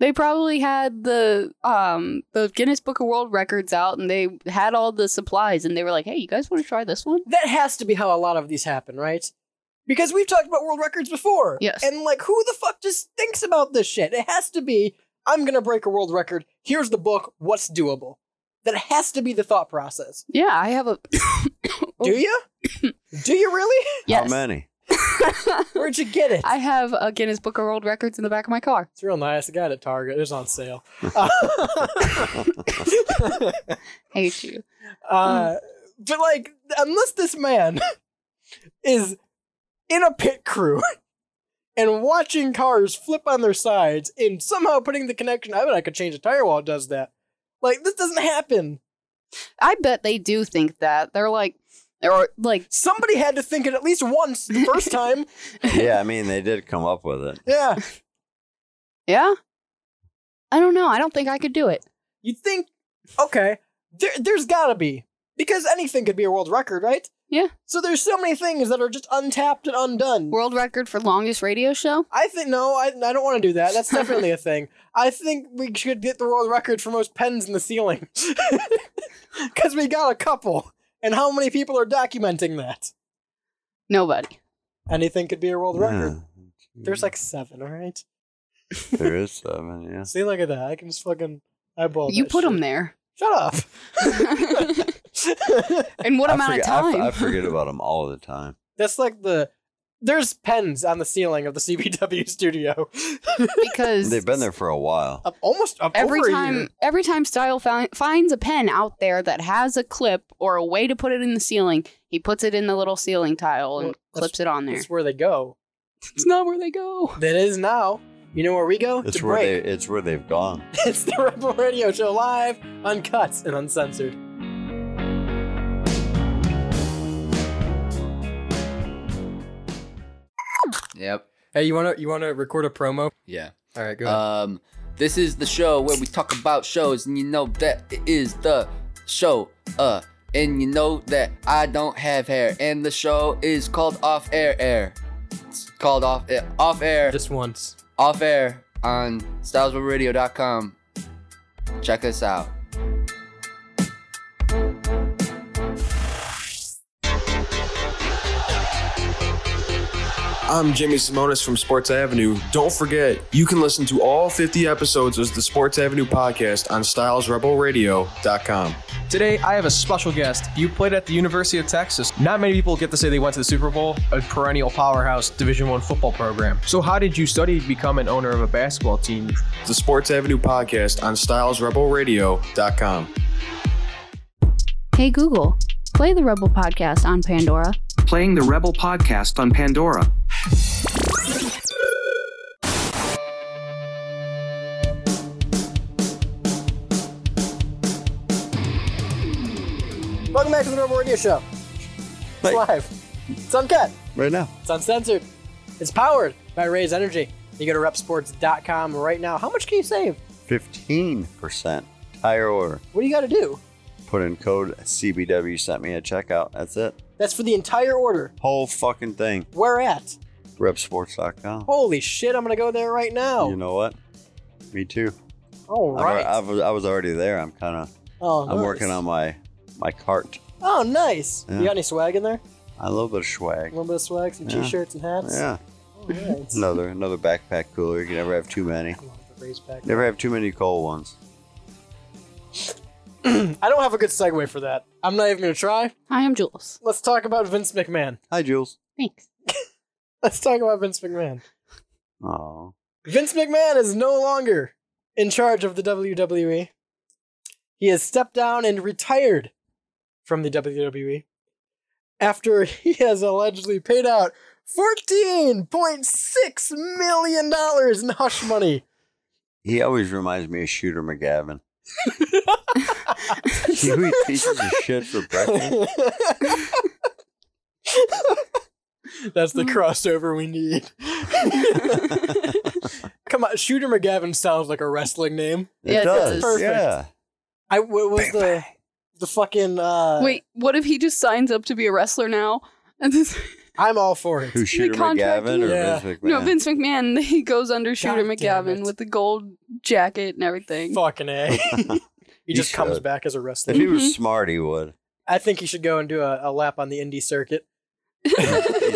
G: they probably had the um the Guinness Book of World Records out and they had all the supplies and they were like, "Hey, you guys want to try this one?"
D: That has to be how a lot of these happen, right? Because we've talked about world records before.
G: Yes.
D: And like, who the fuck just thinks about this shit? It has to be, I'm gonna break a world record. Here's the book. What's doable? That has to be the thought process.
G: Yeah, I have a
D: Do
G: Oh.
D: you? Do you really?
C: How
G: Yes.
C: many?
D: Where'd you get it?
G: I have a Guinness Book of World Records in the back of my car.
D: It's real nice. I got it at Target. It was on sale.
G: Hate you.
D: Uh, but like, unless this man is in a pit crew and watching cars flip on their sides and somehow putting the connection, I bet I could change a tire while it does that. Like, this doesn't happen.
G: I bet they do think that. They're like or like
D: somebody had to think it at least once the first time.
C: yeah, I mean, they did come up with it.
D: Yeah.
G: Yeah? I don't know. I don't think I could do it.
D: You think, okay, there, there's gotta be. Because anything could be a world record, right?
G: Yeah.
D: So there's so many things that are just untapped and undone.
G: World record for longest radio show?
D: I think, no, I, I don't want to do that. That's definitely a thing. I think we should get the world record for most pens in the ceiling. Because we got a couple. And how many people are documenting that?
G: Nobody.
D: Anything could be a world
C: Yeah.
D: record. There's like seven, all right?
C: There is seven, yeah.
D: See, look at that. I can just fucking eyeball
G: You
D: that
G: put
D: shit.
G: them there.
D: Shut up.
G: In what
C: I
G: amount
C: forget-
G: of
C: I f-
G: time?
C: I forget about them all the time.
D: That's like the. There's pens on the ceiling of the CBW studio.
G: because
C: They've been there for a while.
D: Up almost up
G: every
D: over a
G: time
D: year.
G: every time style fi- finds a pen out there that has a clip or a way to put it in the ceiling he puts it in the little ceiling tile and
D: Well, that's-
G: clips it on there
D: That's where they go.
G: it's not where they go
D: That is now. You know where we go?
C: It's
D: to
C: where
D: break.
C: they it's where they've gone.
D: It's the Rebel Radio Show live, uncut, and uncensored.
L: Yep.
D: Hey, you wanna you wanna record a promo?
L: Yeah.
D: All right, go ahead.
L: Um, this is the show where we talk about shows, and you know that it is the show. Uh, and you know that I don't have hair, and the show is called Off Air Air. It's called Off Air. Off
K: Uh,
L: Air.
D: Just once.
L: Off Air on StylesRadio.com. Check us out.
M: I'm Jimmy Simonis from Sports Avenue. Don't forget, you can listen to all 50 episodes of the Sports Avenue podcast on StylesRebelRadio.com.
N: Today, I have a special guest. You played at the University of Texas. Not many people get to say they went to the Super Bowl, a perennial powerhouse Division One football program. So, how did you study to become an owner of a basketball team?
M: The Sports Avenue podcast on StylesRebelRadio.com.
G: Hey Google, play the Rebel podcast on Pandora.
O: Playing the Rebel podcast on Pandora.
D: Welcome back to the Rebel Radio Show. It's live. It's uncut.
C: Right now.
D: It's uncensored. It's powered by Raise Energy. You go to repsports.com right now. How much can you save?
C: 15% higher order.
D: What do you got to do?
C: Put in code CBW, sent me a checkout. That's it.
D: That's for the entire order.
C: Whole fucking thing.
D: Where at?
C: Repsports.com.
D: Holy shit, I'm going to go there right now.
C: You know what? Me too.
D: All
C: I've al-
D: right.
C: I was, I was already there. I'm kind of.
D: Oh,
C: I'm
D: nice.
C: working on my my cart.
D: Oh, nice.
C: Yeah.
D: You got any swag in there?
C: A little bit of swag.
D: A little bit of swag, some
C: Yeah.
D: t-shirts and hats.
C: Yeah.
D: Alright.
C: Another another backpack cooler. You can never have too many.
D: Raise back.
C: Never have too many cold ones.
D: I don't have a good segue for that. I'm not even gonna try.
G: Hi, I'm Jules.
D: Let's talk about Vince McMahon.
C: Hi, Jules.
G: Thanks.
D: Let's talk about Vince McMahon.
C: Oh.
D: Vince McMahon is no longer in charge of the WWE. He has stepped down and retired from the WWE after he has allegedly paid out $14.6 million in hush money.
C: He always reminds me of Shooter McGavin. he always pieces of shit for breakfast.
D: That's the crossover we need. Come on, Shooter McGavin sounds like a wrestling name.
C: It Yeah, it does, does.
D: Perfect.
C: yeah.
D: I what was the the fucking uh
G: Wait, what if he just signs up to be a wrestler now? And this
D: I'm all for it.
C: Who Shooter
G: contract-
C: McGavin or
D: Yeah.
C: Vince McMahon?
G: no Vince McMahon, he goes under Shooter McGavin with the gold jacket and everything.
D: Fucking a. he just
C: should.
D: comes back as a wrestler.
C: If he
G: mm-hmm.
C: was smart, he would.
D: I think he should go and do a, a lap on the indie circuit.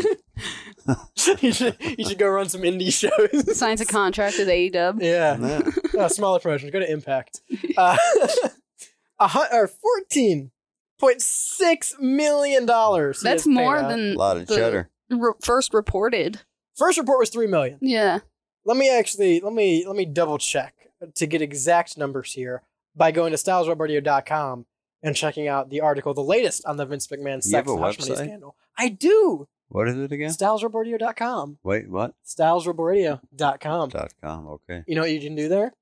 D: he should he should go run some indie shows.
G: Signs a E contract with AEW.
D: Yeah. no, smaller promotions. Go to Impact. Uh, a hun- or fourteen point six million dollars.
G: That's more than the re- first reported.
D: First report was three million.
G: Yeah.
D: Let me actually let me let me double check to get exact numbers here by going to styleswebradio.com and checking out the article, the latest on the Vince McMahon
C: You have
D: sex
C: a
D: and hush money
C: website?
D: scandal. I do.
C: What is it again?
D: StylesRebelRadio.com.
C: Wait, what?
D: StylesRebelRadio.com.
C: Dot com. Okay.
D: You know what you can do there?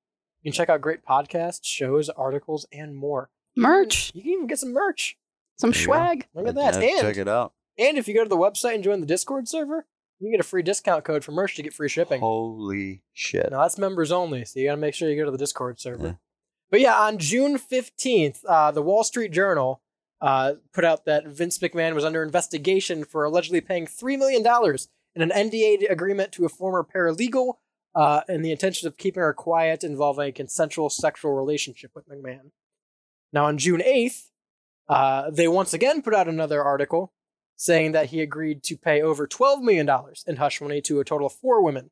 D: You can check out great podcasts, shows, articles, and more.
G: Merch.
D: You can even get some merch.
G: Some
C: There you go.
G: swag.
D: Look at that.
C: Yeah,
D: And,
C: check it out.
D: and if you go to the website and join the Discord server, you get a free discount code for merch to get free shipping.
C: Holy shit.
D: Now that's members only, so you got to make sure you go to the Discord server. But yeah, on June fifteenth, uh, the Wall Street Journal uh, put out that Vince McMahon was under investigation for allegedly paying three million dollars in an NDA agreement to a former paralegal uh, in the intention of keeping her quiet involving a consensual sexual relationship with McMahon. Now on June eighth, uh, they once again put out another article saying that he agreed to pay over twelve million dollars in hush money to a total of four women.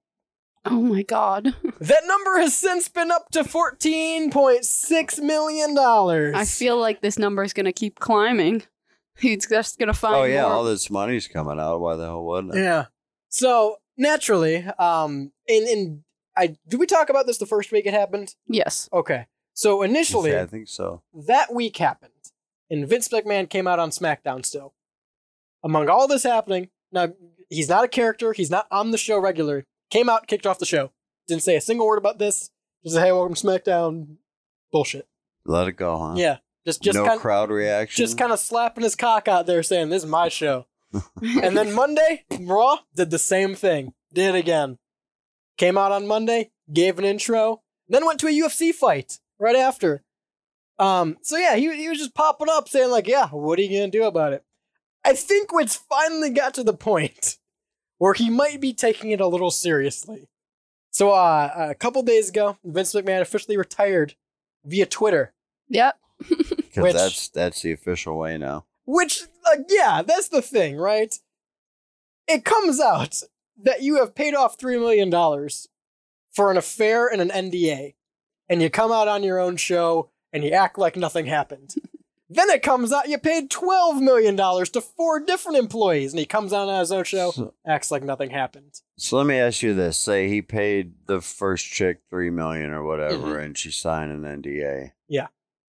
G: Oh my god.
D: That number has since been up to fourteen point six million dollars.
G: I feel like this number is going to keep climbing. He's just going to find
C: Oh yeah,
G: more.
C: all this money's coming out. Why the hell wouldn't it?
D: Yeah. So naturally, um, in in I did we talk about this the first week it happened?
G: Yes.
D: Okay. So initially,
C: Yeah, I think so.
D: that week happened, and Vince McMahon came out on SmackDown still. Among all this happening, now he's not a character, he's not on the show regularly. Came out, kicked off the show. Didn't say a single word about this. Just said, hey, welcome to SmackDown. Bullshit.
C: Let it go, huh?
D: Yeah. Just just
C: no
D: kind
C: crowd reaction.
D: just kind of slapping his cock out there saying, This is my show. and then Monday, Raw did the same thing. Did it again. Came out on Monday, gave an intro, then went to a UFC fight right after. Um, so yeah, he, he was just popping up saying, like, yeah, what are you gonna do about it? I think it's finally got to the point where he might be taking it a little seriously. So uh, a couple days ago, Vince McMahon officially retired via Twitter.
G: Yep.
C: 'Cause
D: which-
C: that's that's the official way now.
D: uh, Which, like, yeah, that's the thing, right? It comes out that you have paid off $3 million for an affair and an NDA, and you come out on your own show and you act like nothing happened. then it comes out you paid $12 million to four different employees, and he comes out on his own show, acts like nothing happened.
C: So let me ask you this: Say he paid the first chick three million or whatever, and she signed an NDA.
D: Mm-hmm. Yeah.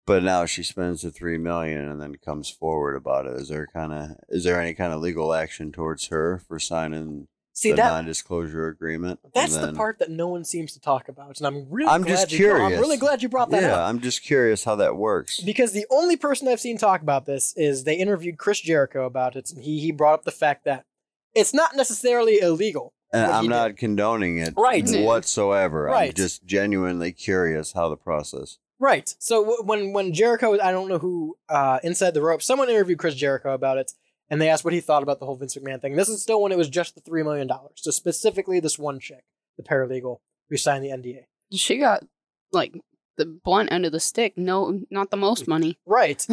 C: But now she spends the three million and then comes forward about it. Is there kind of is there any kind of legal action towards her for signing
D: See,
C: the
D: that-
C: non-disclosure agreement? And
D: That's the
C: then-
D: part that no one seems to talk about, and I'm really
C: I'm
D: glad
C: just
D: you
C: curious.
D: I'm really glad you brought that
C: yeah,
D: up.
C: I'm just curious how that works.
D: Because the only person I've seen talk about this is they interviewed Chris Jericho about it, and he he brought up the fact that it's not necessarily illegal.
C: And
D: what
C: I'm
D: he did.
C: not condoning it
D: Right. Yeah.
C: whatsoever. I'm
D: Right.
C: just genuinely curious how the process.
D: Right. So w- when when Jericho, I don't know who uh, inside the rope, someone interviewed Chris Jericho about it, and they asked what he thought about the whole Vince McMahon thing. This is still when it was just the three million dollars. So specifically, this one chick, the paralegal who signed the NDA.
G: She got like the blunt end of the stick. No, not the most money.
D: Right.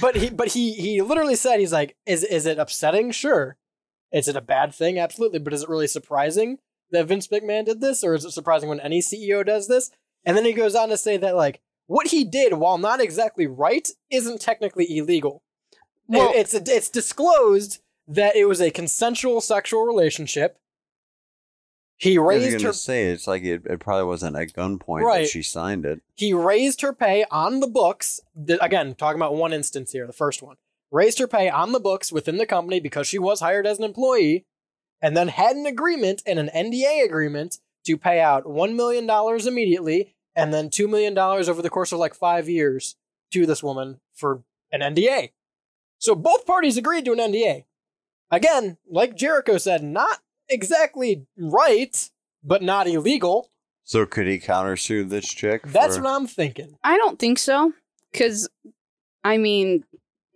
D: but he but he he literally said he's like is is it upsetting sure is it a bad thing absolutely but is it really surprising that vince mcmahon did this or is it surprising when any ceo does this and then he goes on to say that like what he did while not exactly right isn't technically illegal well, it's it's disclosed that it was a consensual sexual relationship he
C: I was
D: raised
C: gonna
D: her
C: say it's like it, it probably wasn't at gunpoint
D: Right.
C: that she signed it.
D: he raised her pay on the books. th- Again, talking about one instance here, the first one. Raised her pay on the books within the company because she was hired as an employee, and then had an agreement and an NDA agreement to pay out $1 million immediately and then $2 million over the course of like five years to this woman for an NDA. So both parties agreed to an NDA. Again, like Jericho said, not exactly right, but not illegal.
C: So could he countersue this chick?
D: That's
C: for-
D: what I'm thinking.
G: I don't think so, because I mean,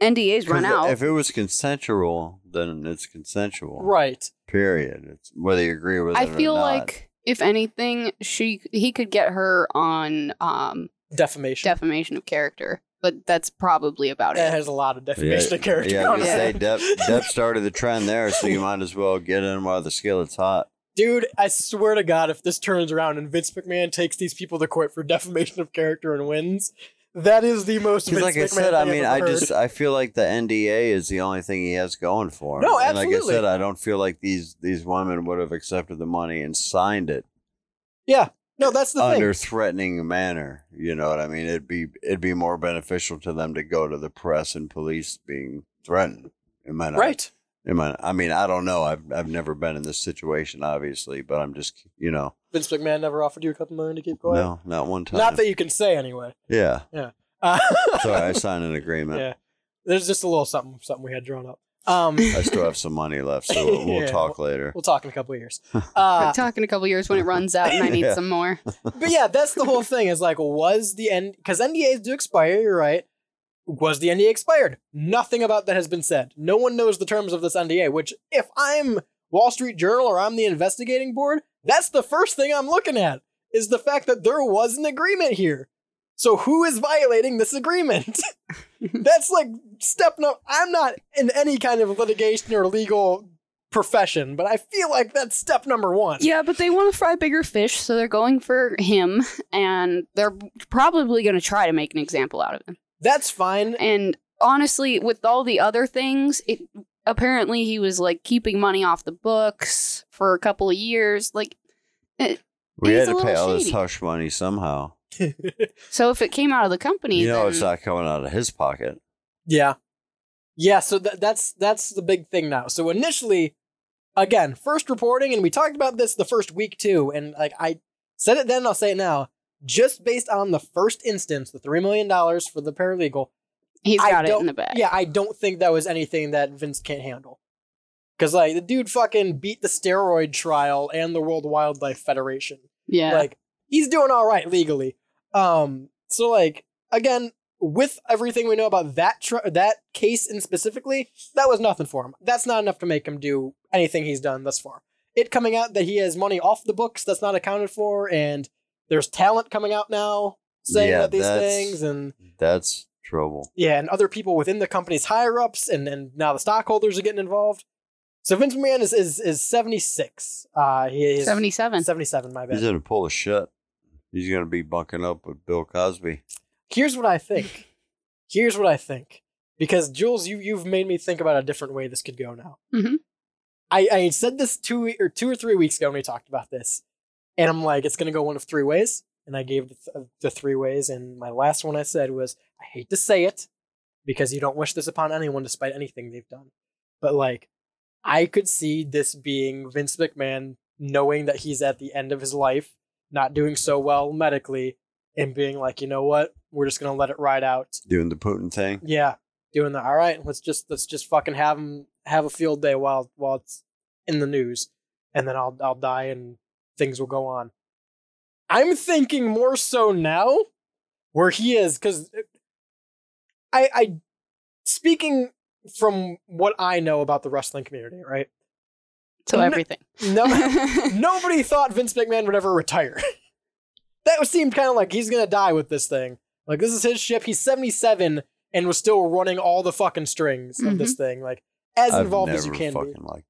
G: NDAs run
C: 'Cause
G: out.
C: If it was consensual, then it's consensual.
D: Right.
C: Period. It's whether you agree with
G: I
C: it or
G: feel
C: not.
G: like if anything, she he could get her on um
D: defamation
G: defamation of character, but that's probably about it.
D: It has a lot of defamation
C: yeah,
D: of character.
C: Yeah, I
D: on
C: was
D: it.
C: gonna say Depp, Depp started the trend there, so you might as well get in while the skillet's hot.
D: Dude, I swear to God, if this turns around and Vince McMahon takes these people to court for defamation of character and wins, that is the most. Vince
C: Because, like I
D: McMahon
C: said, I
D: thing I've
C: mean, I
D: ever
C: just
D: heard.
C: I feel like the NDA is the only thing he has going for him.
D: No,
C: And like I
D: absolutely.
C: said, I don't feel like these these women would have accepted the money and signed it
D: yeah, no, that's the
C: under
D: thing.
C: threatening manner. You know what I mean? It'd be it'd be more beneficial to them to go to the press and police being threatened. It might not,
D: Right.
C: It might. I mean, I don't know. I've I've never been in this situation, obviously, but I'm just you know,
D: Vince McMahon never offered you a couple million to keep quiet.
C: no, not one time.
D: Not that you can say anyway.
C: yeah.
D: Yeah. Uh,
C: Sorry, I signed an agreement.
D: yeah. There's just a little something something we had drawn up. Um,
C: I still have some money left, so we'll, we'll
D: Yeah,
C: talk later.
D: we'll talk in a couple of years.
G: We're
D: Uh,
G: talking a couple years when it runs out, and I need
C: Yeah.
G: some more.
D: but yeah, that's the whole thing. Is like, was the end because NDAs do expire? You're right. Was the NDA expired? Nothing about that has been said. No one knows the terms of this NDA. Which, if I'm Wall Street Journal or I'm the investigating board, that's the first thing I'm looking at is the fact that there was an agreement here. So who is violating this agreement? that's like stepping up. I'm not in any kind of litigation or legal profession, but I feel like that's step number one.
G: Yeah, but they want to fry bigger fish, so they're going for him, and they're probably going to try to make an example out of him.
D: That's fine.
G: And honestly, with all the other things, it apparently he was like keeping money off the books for a couple of years. Like, it,
C: We
G: he's
C: had
G: a
C: to pay
G: little
C: all this
G: shady.
C: hush money somehow.
G: so if it came out of the company,
C: You know,
G: then-
C: it's not coming out of his pocket.
D: Yeah. Yeah, so tha- that's that's the big thing now. So initially, again, first reporting, and we talked about this the first week too, and like I said it then, I'll say it now. Just based on the first instance, the three million dollars for the paralegal,
G: He's
D: I
G: got it in
D: don't-
G: the bag.
D: Yeah, I don't think that was anything that Vince can't handle. Cause like the dude fucking beat the steroid trial and the World Wildlife Federation.
G: Yeah.
D: Like he's doing all right legally. Um so like again with everything we know about that tr- that case and specifically that was nothing for him. That's not enough to make him do anything he's done thus far. It coming out that he has money off the books that's not accounted for and there's talent coming out now saying
C: Yeah,
D: about these
C: that's-
D: things and
C: That's trouble.
D: yeah, and other people within the company's higher ups, and and now the stockholders are getting involved. So Vince McMahon is is, is seventy six. Uh, he is seventy
G: seven.
D: Seventy seven. My bad.
C: He's in a pull of shit. He's gonna be bunking up with Bill Cosby.
D: Here's what I think. Here's what I think. Because Jules, you you've made me think about a different way this could go now.
G: Mm-hmm.
D: I, I said this two or two or three weeks ago when we talked about this, and I'm like, it's gonna go one of three ways. And I gave the, th- uh, the three ways, and my last one I said was, I hate to say it, because you don't wish this upon anyone, despite anything they've done. But like, I could see this being Vince McMahon knowing that he's at the end of his life, not doing so well medically, and being like, you know what, we're just gonna let it ride out.
C: Doing the Putin thing.
D: Yeah, doing the all right. Let's just let's just fucking have him have a field day while while it's in the news, and then I'll I'll die and things will go on. I'm thinking more so now, where he is, because I I speaking from what I know about the wrestling community, right?
G: So
D: No-
G: everything.
D: No, nobody thought Vince McMahon would ever retire. that was- seemed kind of like he's gonna die with this thing. Like this is his ship. He's 77 and was still running all the fucking strings of this thing. Like as
C: I've
D: involved as you
C: never
D: can be.
C: fucking liked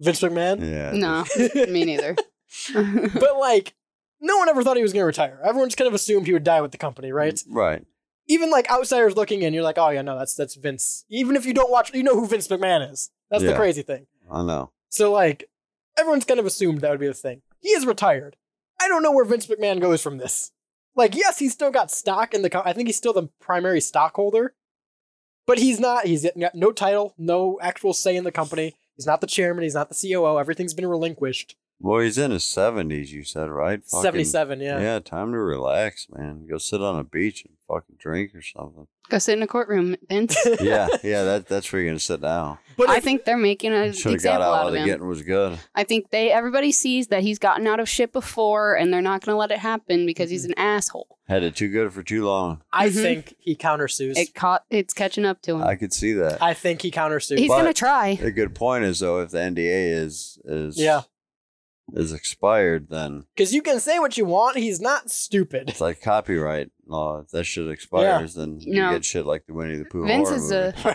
D: Vince McMahon.
C: Yeah.
G: No, me neither.
D: but like, no one ever thought he was gonna retire. Everyone just kind of assumed he would die with the
C: Mm-hmm.
D: company, right?
C: Right.
D: Even like outsiders looking in, you're like, oh yeah, no, that's that's Vince. Even if you don't watch, you know who Vince McMahon is. That's the
C: Yeah.
D: crazy thing.
C: I know.
D: So like everyone's kind of assumed that would be the thing. He is retired. I don't know where Vince McMahon goes from this. Like yes, he's still got stock in the co- I think he's still the primary stockholder. But he's not he's got no title, no actual say in the company. He's not the chairman, he's not the COO. Everything's been relinquished.
C: Well, he's in his seventies. You said right.
D: 77, yeah.
C: Yeah. Time to relax, man. Go sit on a beach and fucking drink or something.
G: Go sit in a courtroom, Vince.
C: yeah. Yeah. That that's where you're gonna sit down.
G: But I think they're making an
C: Should have
G: example
C: got out
G: out
C: while
G: of
C: the
G: him.
C: getting was good.
G: I think they everybody sees that he's gotten out of shit before, and they're not going to let it happen because he's an asshole.
C: Had it too good for too long.
D: I
G: Mhm.
D: think he countersues.
G: It caught. It's catching up to him.
C: I could see that.
D: I think he countersues.
G: He's gonna try.
C: The good point is though, if the NDA is is
D: Yeah.
C: is expired, then
D: Cuz you can say what you want, he's not stupid.
C: it's like copyright law. If that shit expires, then you
G: No.
C: get shit like the Winnie the Pooh.
G: Vince
C: horror
G: is
C: movie.
G: a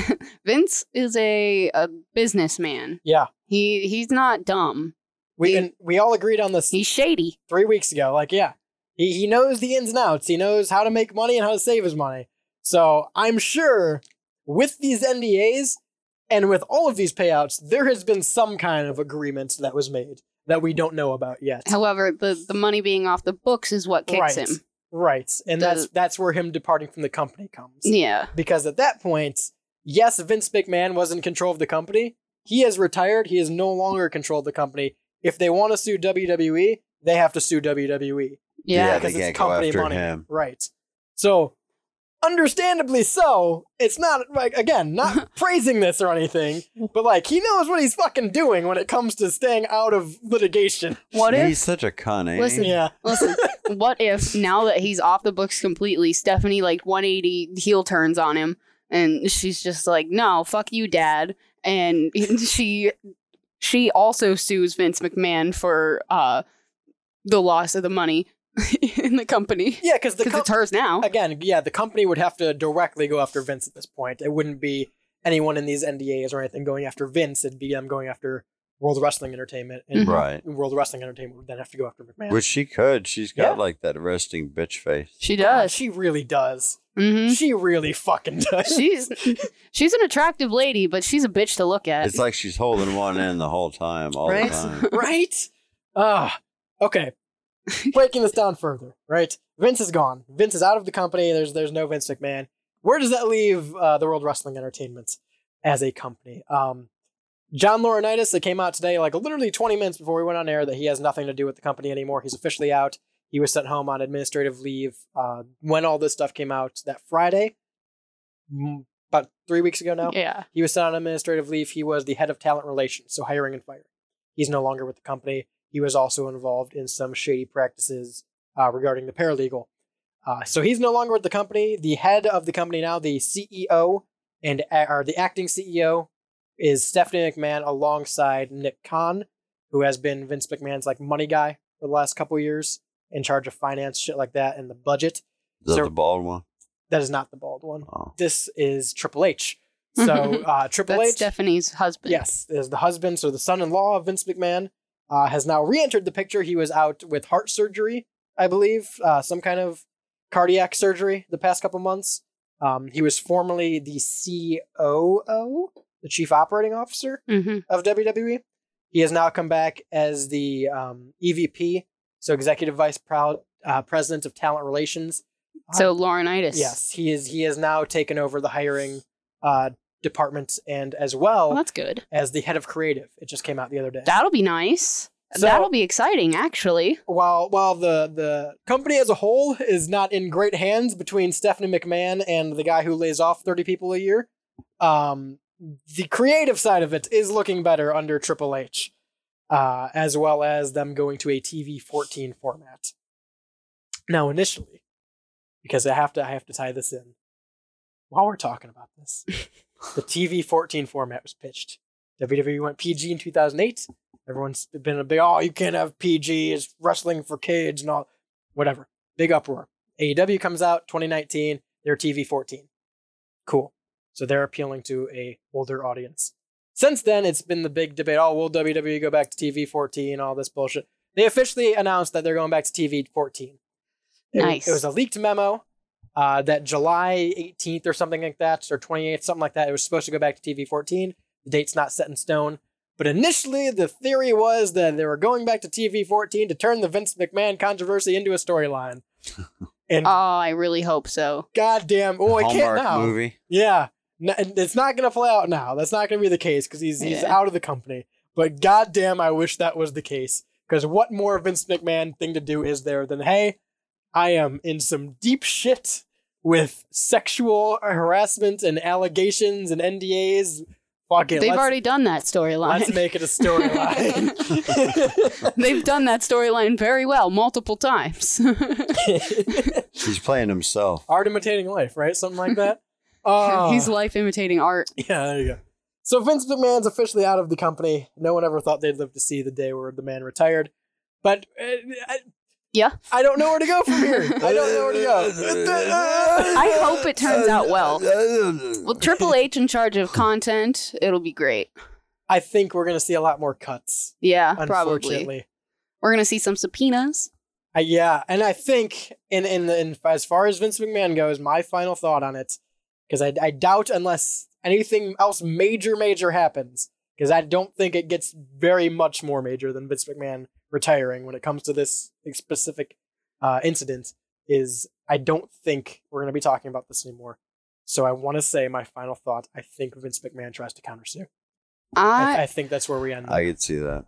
D: right.
G: Vince is a a businessman.
D: Yeah.
G: He he's not dumb.
D: We and we all agreed on this.
G: He's shady.
D: Three weeks ago, like yeah, he he knows the ins and outs. He knows how to make money and how to save his money. So I'm sure with these NDAs and with all of these payouts, there has been some kind of agreement that was made that we don't know about yet.
G: However, the the money being off the books is what kicks
D: right.
G: him.
D: Right, and
G: The-
D: that's that's where him departing from the company comes.
G: Yeah.
D: because at that point, yes, Vince McMahon was in control of the company. He has retired. He is no longer in control of the company. If they want to sue WWE, they have to sue E. WWE.
C: Yeah. Yeah, they
D: because
C: can't
D: it's
C: go
D: company
C: after
D: money,
C: him.
D: right? So, understandably so, it's not like again, not praising this or anything, but like he knows what he's fucking doing when it comes to staying out of litigation.
G: What
C: He's
G: if?
C: such a cunt, ain't he?
G: Listen, listen. What if now that he's off the books completely, Stephanie like 180 heel turns on him, and she's just like, "No, fuck you, Dad," and she she also sues Vince McMahon for uh the loss of the money in the company.
D: Yeah, because the
G: it's hers now.
D: Again, yeah, the company would have to directly go after Vince at this point. It wouldn't be anyone in these NDAs or anything going after Vince. It'd be them going after World Wrestling Entertainment, and
C: Mhm. Right.
D: World Wrestling Entertainment would then have to go after McMahon.
C: Which she could. She's got
D: Yeah.
C: like that resting bitch face.
G: She does.
D: She really does.
G: Mhm.
D: She really fucking does.
G: She's she's an attractive lady, but she's a bitch to look at.
C: It's like she's holding one end the whole time, all
G: Right?
C: the time.
D: right? Ah, okay. Breaking this down further, right? Vince is gone. Vince is out of the company. There's there's no Vince McMahon. Where does that leave uh, the World Wrestling Entertainment as a company? Um, John Laurinaitis, it came out today, like literally 20 minutes before we went on air, that he has nothing to do with the company anymore. He's officially out. He was sent home on administrative leave uh, when all this stuff came out that Friday, m- about three weeks ago now.
G: Yeah.
D: He was sent on administrative leave. He was the head of talent relations, so hiring and firing. He's no longer with the company. He was also involved in some shady practices uh, regarding the paralegal. Uh, so he's no longer with the company. The head of the company now, the CEO and or the acting CEO, is Stephanie McMahon alongside Nick Khan, who has been Vince McMahon's like money guy for the last couple years, in charge of finance, shit like that, and the budget.
C: Is that
D: So-
C: the bald one?
D: that is not the bald one.
C: Oh.
D: This is Triple H, So uh, Triple
G: That's
D: H,
G: Stephanie's husband.
D: Yes, is the husband, so the son-in-law of Vince McMahon, uh, has now re-entered the picture. He was out with heart surgery, I believe, uh, some kind of cardiac surgery the past couple months. Um, he was formerly the COO, the chief operating officer
G: Mhm.
D: of WWE. He has now come back as the um, EVP, so executive vice Pro- uh, president of talent relations.
G: So Laurinaitis.
D: Yes, he is. He has now taken over the hiring uh, departments, and as well,
G: that's good.
D: As the head of creative, it just came out the other day.
G: That'll be nice.
D: So-
G: That'll be exciting, actually.
D: while while the the company as a whole is not in great hands between Stephanie McMahon and the guy who lays off thirty people a year, um, the creative side of it is looking better under Triple H, uh, as well as them going to a TV fourteen format. Now, initially, because I have to I have to tie this in. While we're talking about this, the TV fourteen format was pitched. WWE E went PG in two thousand eight. Everyone's been a big oh you can't have PG. It's wrestling for kids and all whatever. Big uproar. AEW comes out twenty nineteen. They're TV fourteen. Cool. So they're appealing to a older audience. Since then, it's been the big debate. Oh, will WWE go back to TV 14? All this bullshit. They officially announced that they're going back to TV 14. It-
G: Nice.
D: It was a leaked memo uh, that July 18th or something like that, or 28th, something like that. It was supposed to go back to TV 14. The date's not set in stone. But initially, the theory was that they were going back to TV 14 to turn the Vince McMahon controversy into a storyline. And
G: oh, I really hope so.
D: Goddamn! Oh, I can't
G: Hallmark
D: now.
G: movie.
D: Yeah, N- and it's not gonna play out now. That's not gonna be the case because he's he's
G: Yeah.
D: out of the company. But goddamn, I wish that was the case. Because what more Vince McMahon thing to do is there than hey, I am in some deep shit with sexual harassment and allegations and NDAs. Fuck it,
G: They've
D: let's-
G: already done that storyline.
D: let's make it a storyline.
G: They've done that storyline very well multiple times.
C: He's playing himself.
D: Art imitating life, right? Something like that. Oh.
G: He's life imitating art.
D: Yeah, there you go. So Vince McMahon's officially out of the company. No one ever thought they'd live to see the day where the man retired. But uh, I,
G: yeah,
D: I don't know where to go from here. I don't know where to go.
G: I hope it turns out well. Well, Triple H in charge of content, it'll be great.
D: I think we're gonna see a lot more cuts.
G: Yeah, probably.
D: Unfortunately.
G: We're gonna see some subpoenas.
D: Uh, yeah, and I think in in, the, in as far as Vince McMahon goes, my final thought on it, because I I doubt unless anything else major major happens, because I don't think it gets very much more major than Vince McMahon retiring when it comes to this specific uh, incident. Is I don't think we're gonna be talking about this anymore. So I want to say my final thought. I think Vince McMahon tries to countersue. I, I
G: I
D: think that's where we end.
C: I could see that.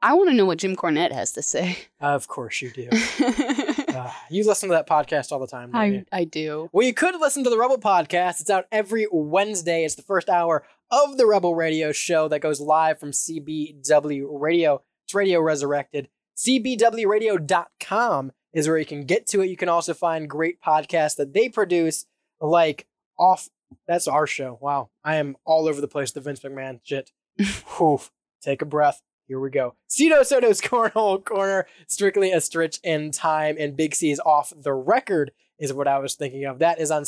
G: I want to know what Jim Cornette has to say.
D: Of course you do. uh, you listen to that podcast all the time. don't you?
G: I I do.
D: Well, you could listen to the Rebel Podcast. It's out every Wednesday. It's the first hour of the Rebel Radio Show that goes live from CBW Radio. It's Radio Resurrected. CBWRadio.com is where you can get to it. You can also find great podcasts that they produce, like Off. That's our show. Wow. I am all over the place, the Vince McMahon shit. Whew. Take a breath. Here we go. Cito Soto's Cornhole Corner, strictly a stretch in time, and Big C is off the record, is what I was thinking of. That is on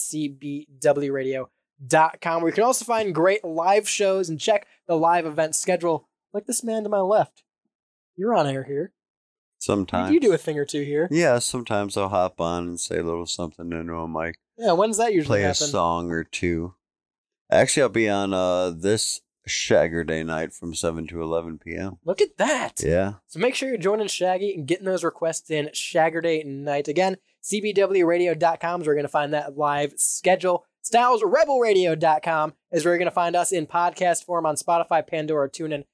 D: CBWRadio.com, where you can also find great live shows and check the live event schedule, like this man to my left. You're on air here.
C: Sometimes.
D: You do a thing or two here.
C: Yeah, sometimes I'll hop on and say a little something into a mic.
D: Yeah, when's that usually
C: play a
D: happen?
C: song or two. Actually, I'll be on uh this Shagger Day night from seven to eleven p.m.
D: Look at that.
C: Yeah,
D: So make sure you're joining Shaggy and getting those requests in Shaggerday night. Again, cbwradio.com is where you're going to find that live schedule. StylesRebelRadio.com is where you're going to find us in podcast form on Spotify, Pandora, TuneIn,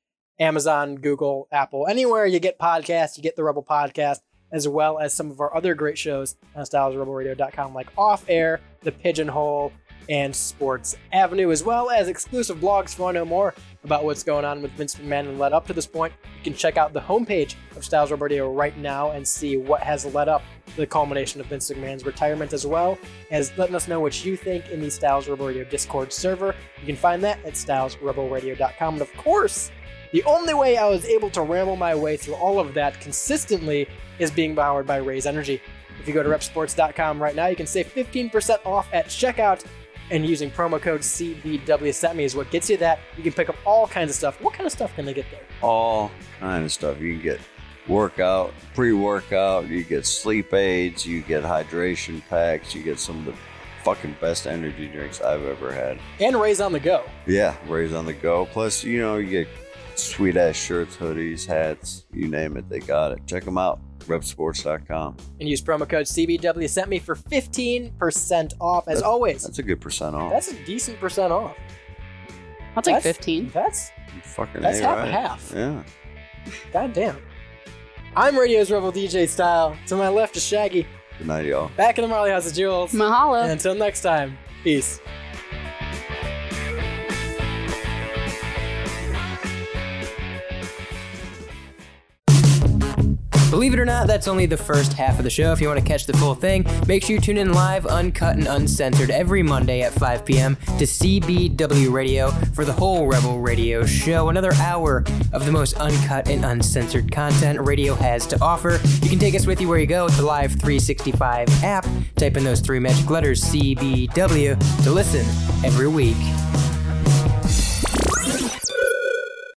D: Amazon, Google, Apple. Anywhere you get podcasts, you get the Rebel Podcast, as well as some of our other great shows on StylesRebelRadio.com, like Off Air, The Pigeonhole, and Sports Avenue, as well as exclusive blogs. If you want to know more about what's going on with Vince McMahon and led up to this point, you can check out the homepage of Styles Rubber Radio right now and see what has led up to the culmination of Vince McMahon's retirement, as well as letting us know what you think in the Styles Rubber Radio Discord server. You can find that at stylesrebelradio.com. And of course, the only way I was able to ramble my way through all of that consistently is being powered by Raise Energy. If you go to repsports.com right now, you can save 15% off at checkout and using promo code CBWSetMe is what gets you that. You can pick up all kinds of stuff. What kind of stuff can they get there?
C: all kind of stuff. You can get workout, pre-workout, you get sleep aids, you get hydration packs, you get some of the fucking best energy drinks I've ever had.
D: And Raise on the Go.
C: Yeah, raise on the go. Plus, you know, you get sweet ass shirts, hoodies, hats, you name it, they got it. Check them out, repsports.com.
D: And use promo code CBWSetMe for 15% off. As always,
C: That's a good percent off.
D: that's a decent percent off.
G: I'll take 15.
D: That's
C: fucking
D: that's
C: A,
D: half and
C: right?
D: half.
C: Yeah.
D: God damn. I'm Radio's Rebel DJ Style. To my left is Shaggy.
C: Good night, y'all.
D: Back in the Marley House of Jewels.
G: Mahalo.
D: And until next time, peace.
P: Believe it or not, that's only the first half of the show. If you want to catch the full thing, make sure you tune in live, uncut, and uncensored every Monday at 5 p.m. to CBW Radio for the whole Rebel Radio show. Another hour of the most uncut and uncensored content radio has to offer. You can take us with you where you go with the Live 365 app. Type in those three magic letters, CBW, to listen every week.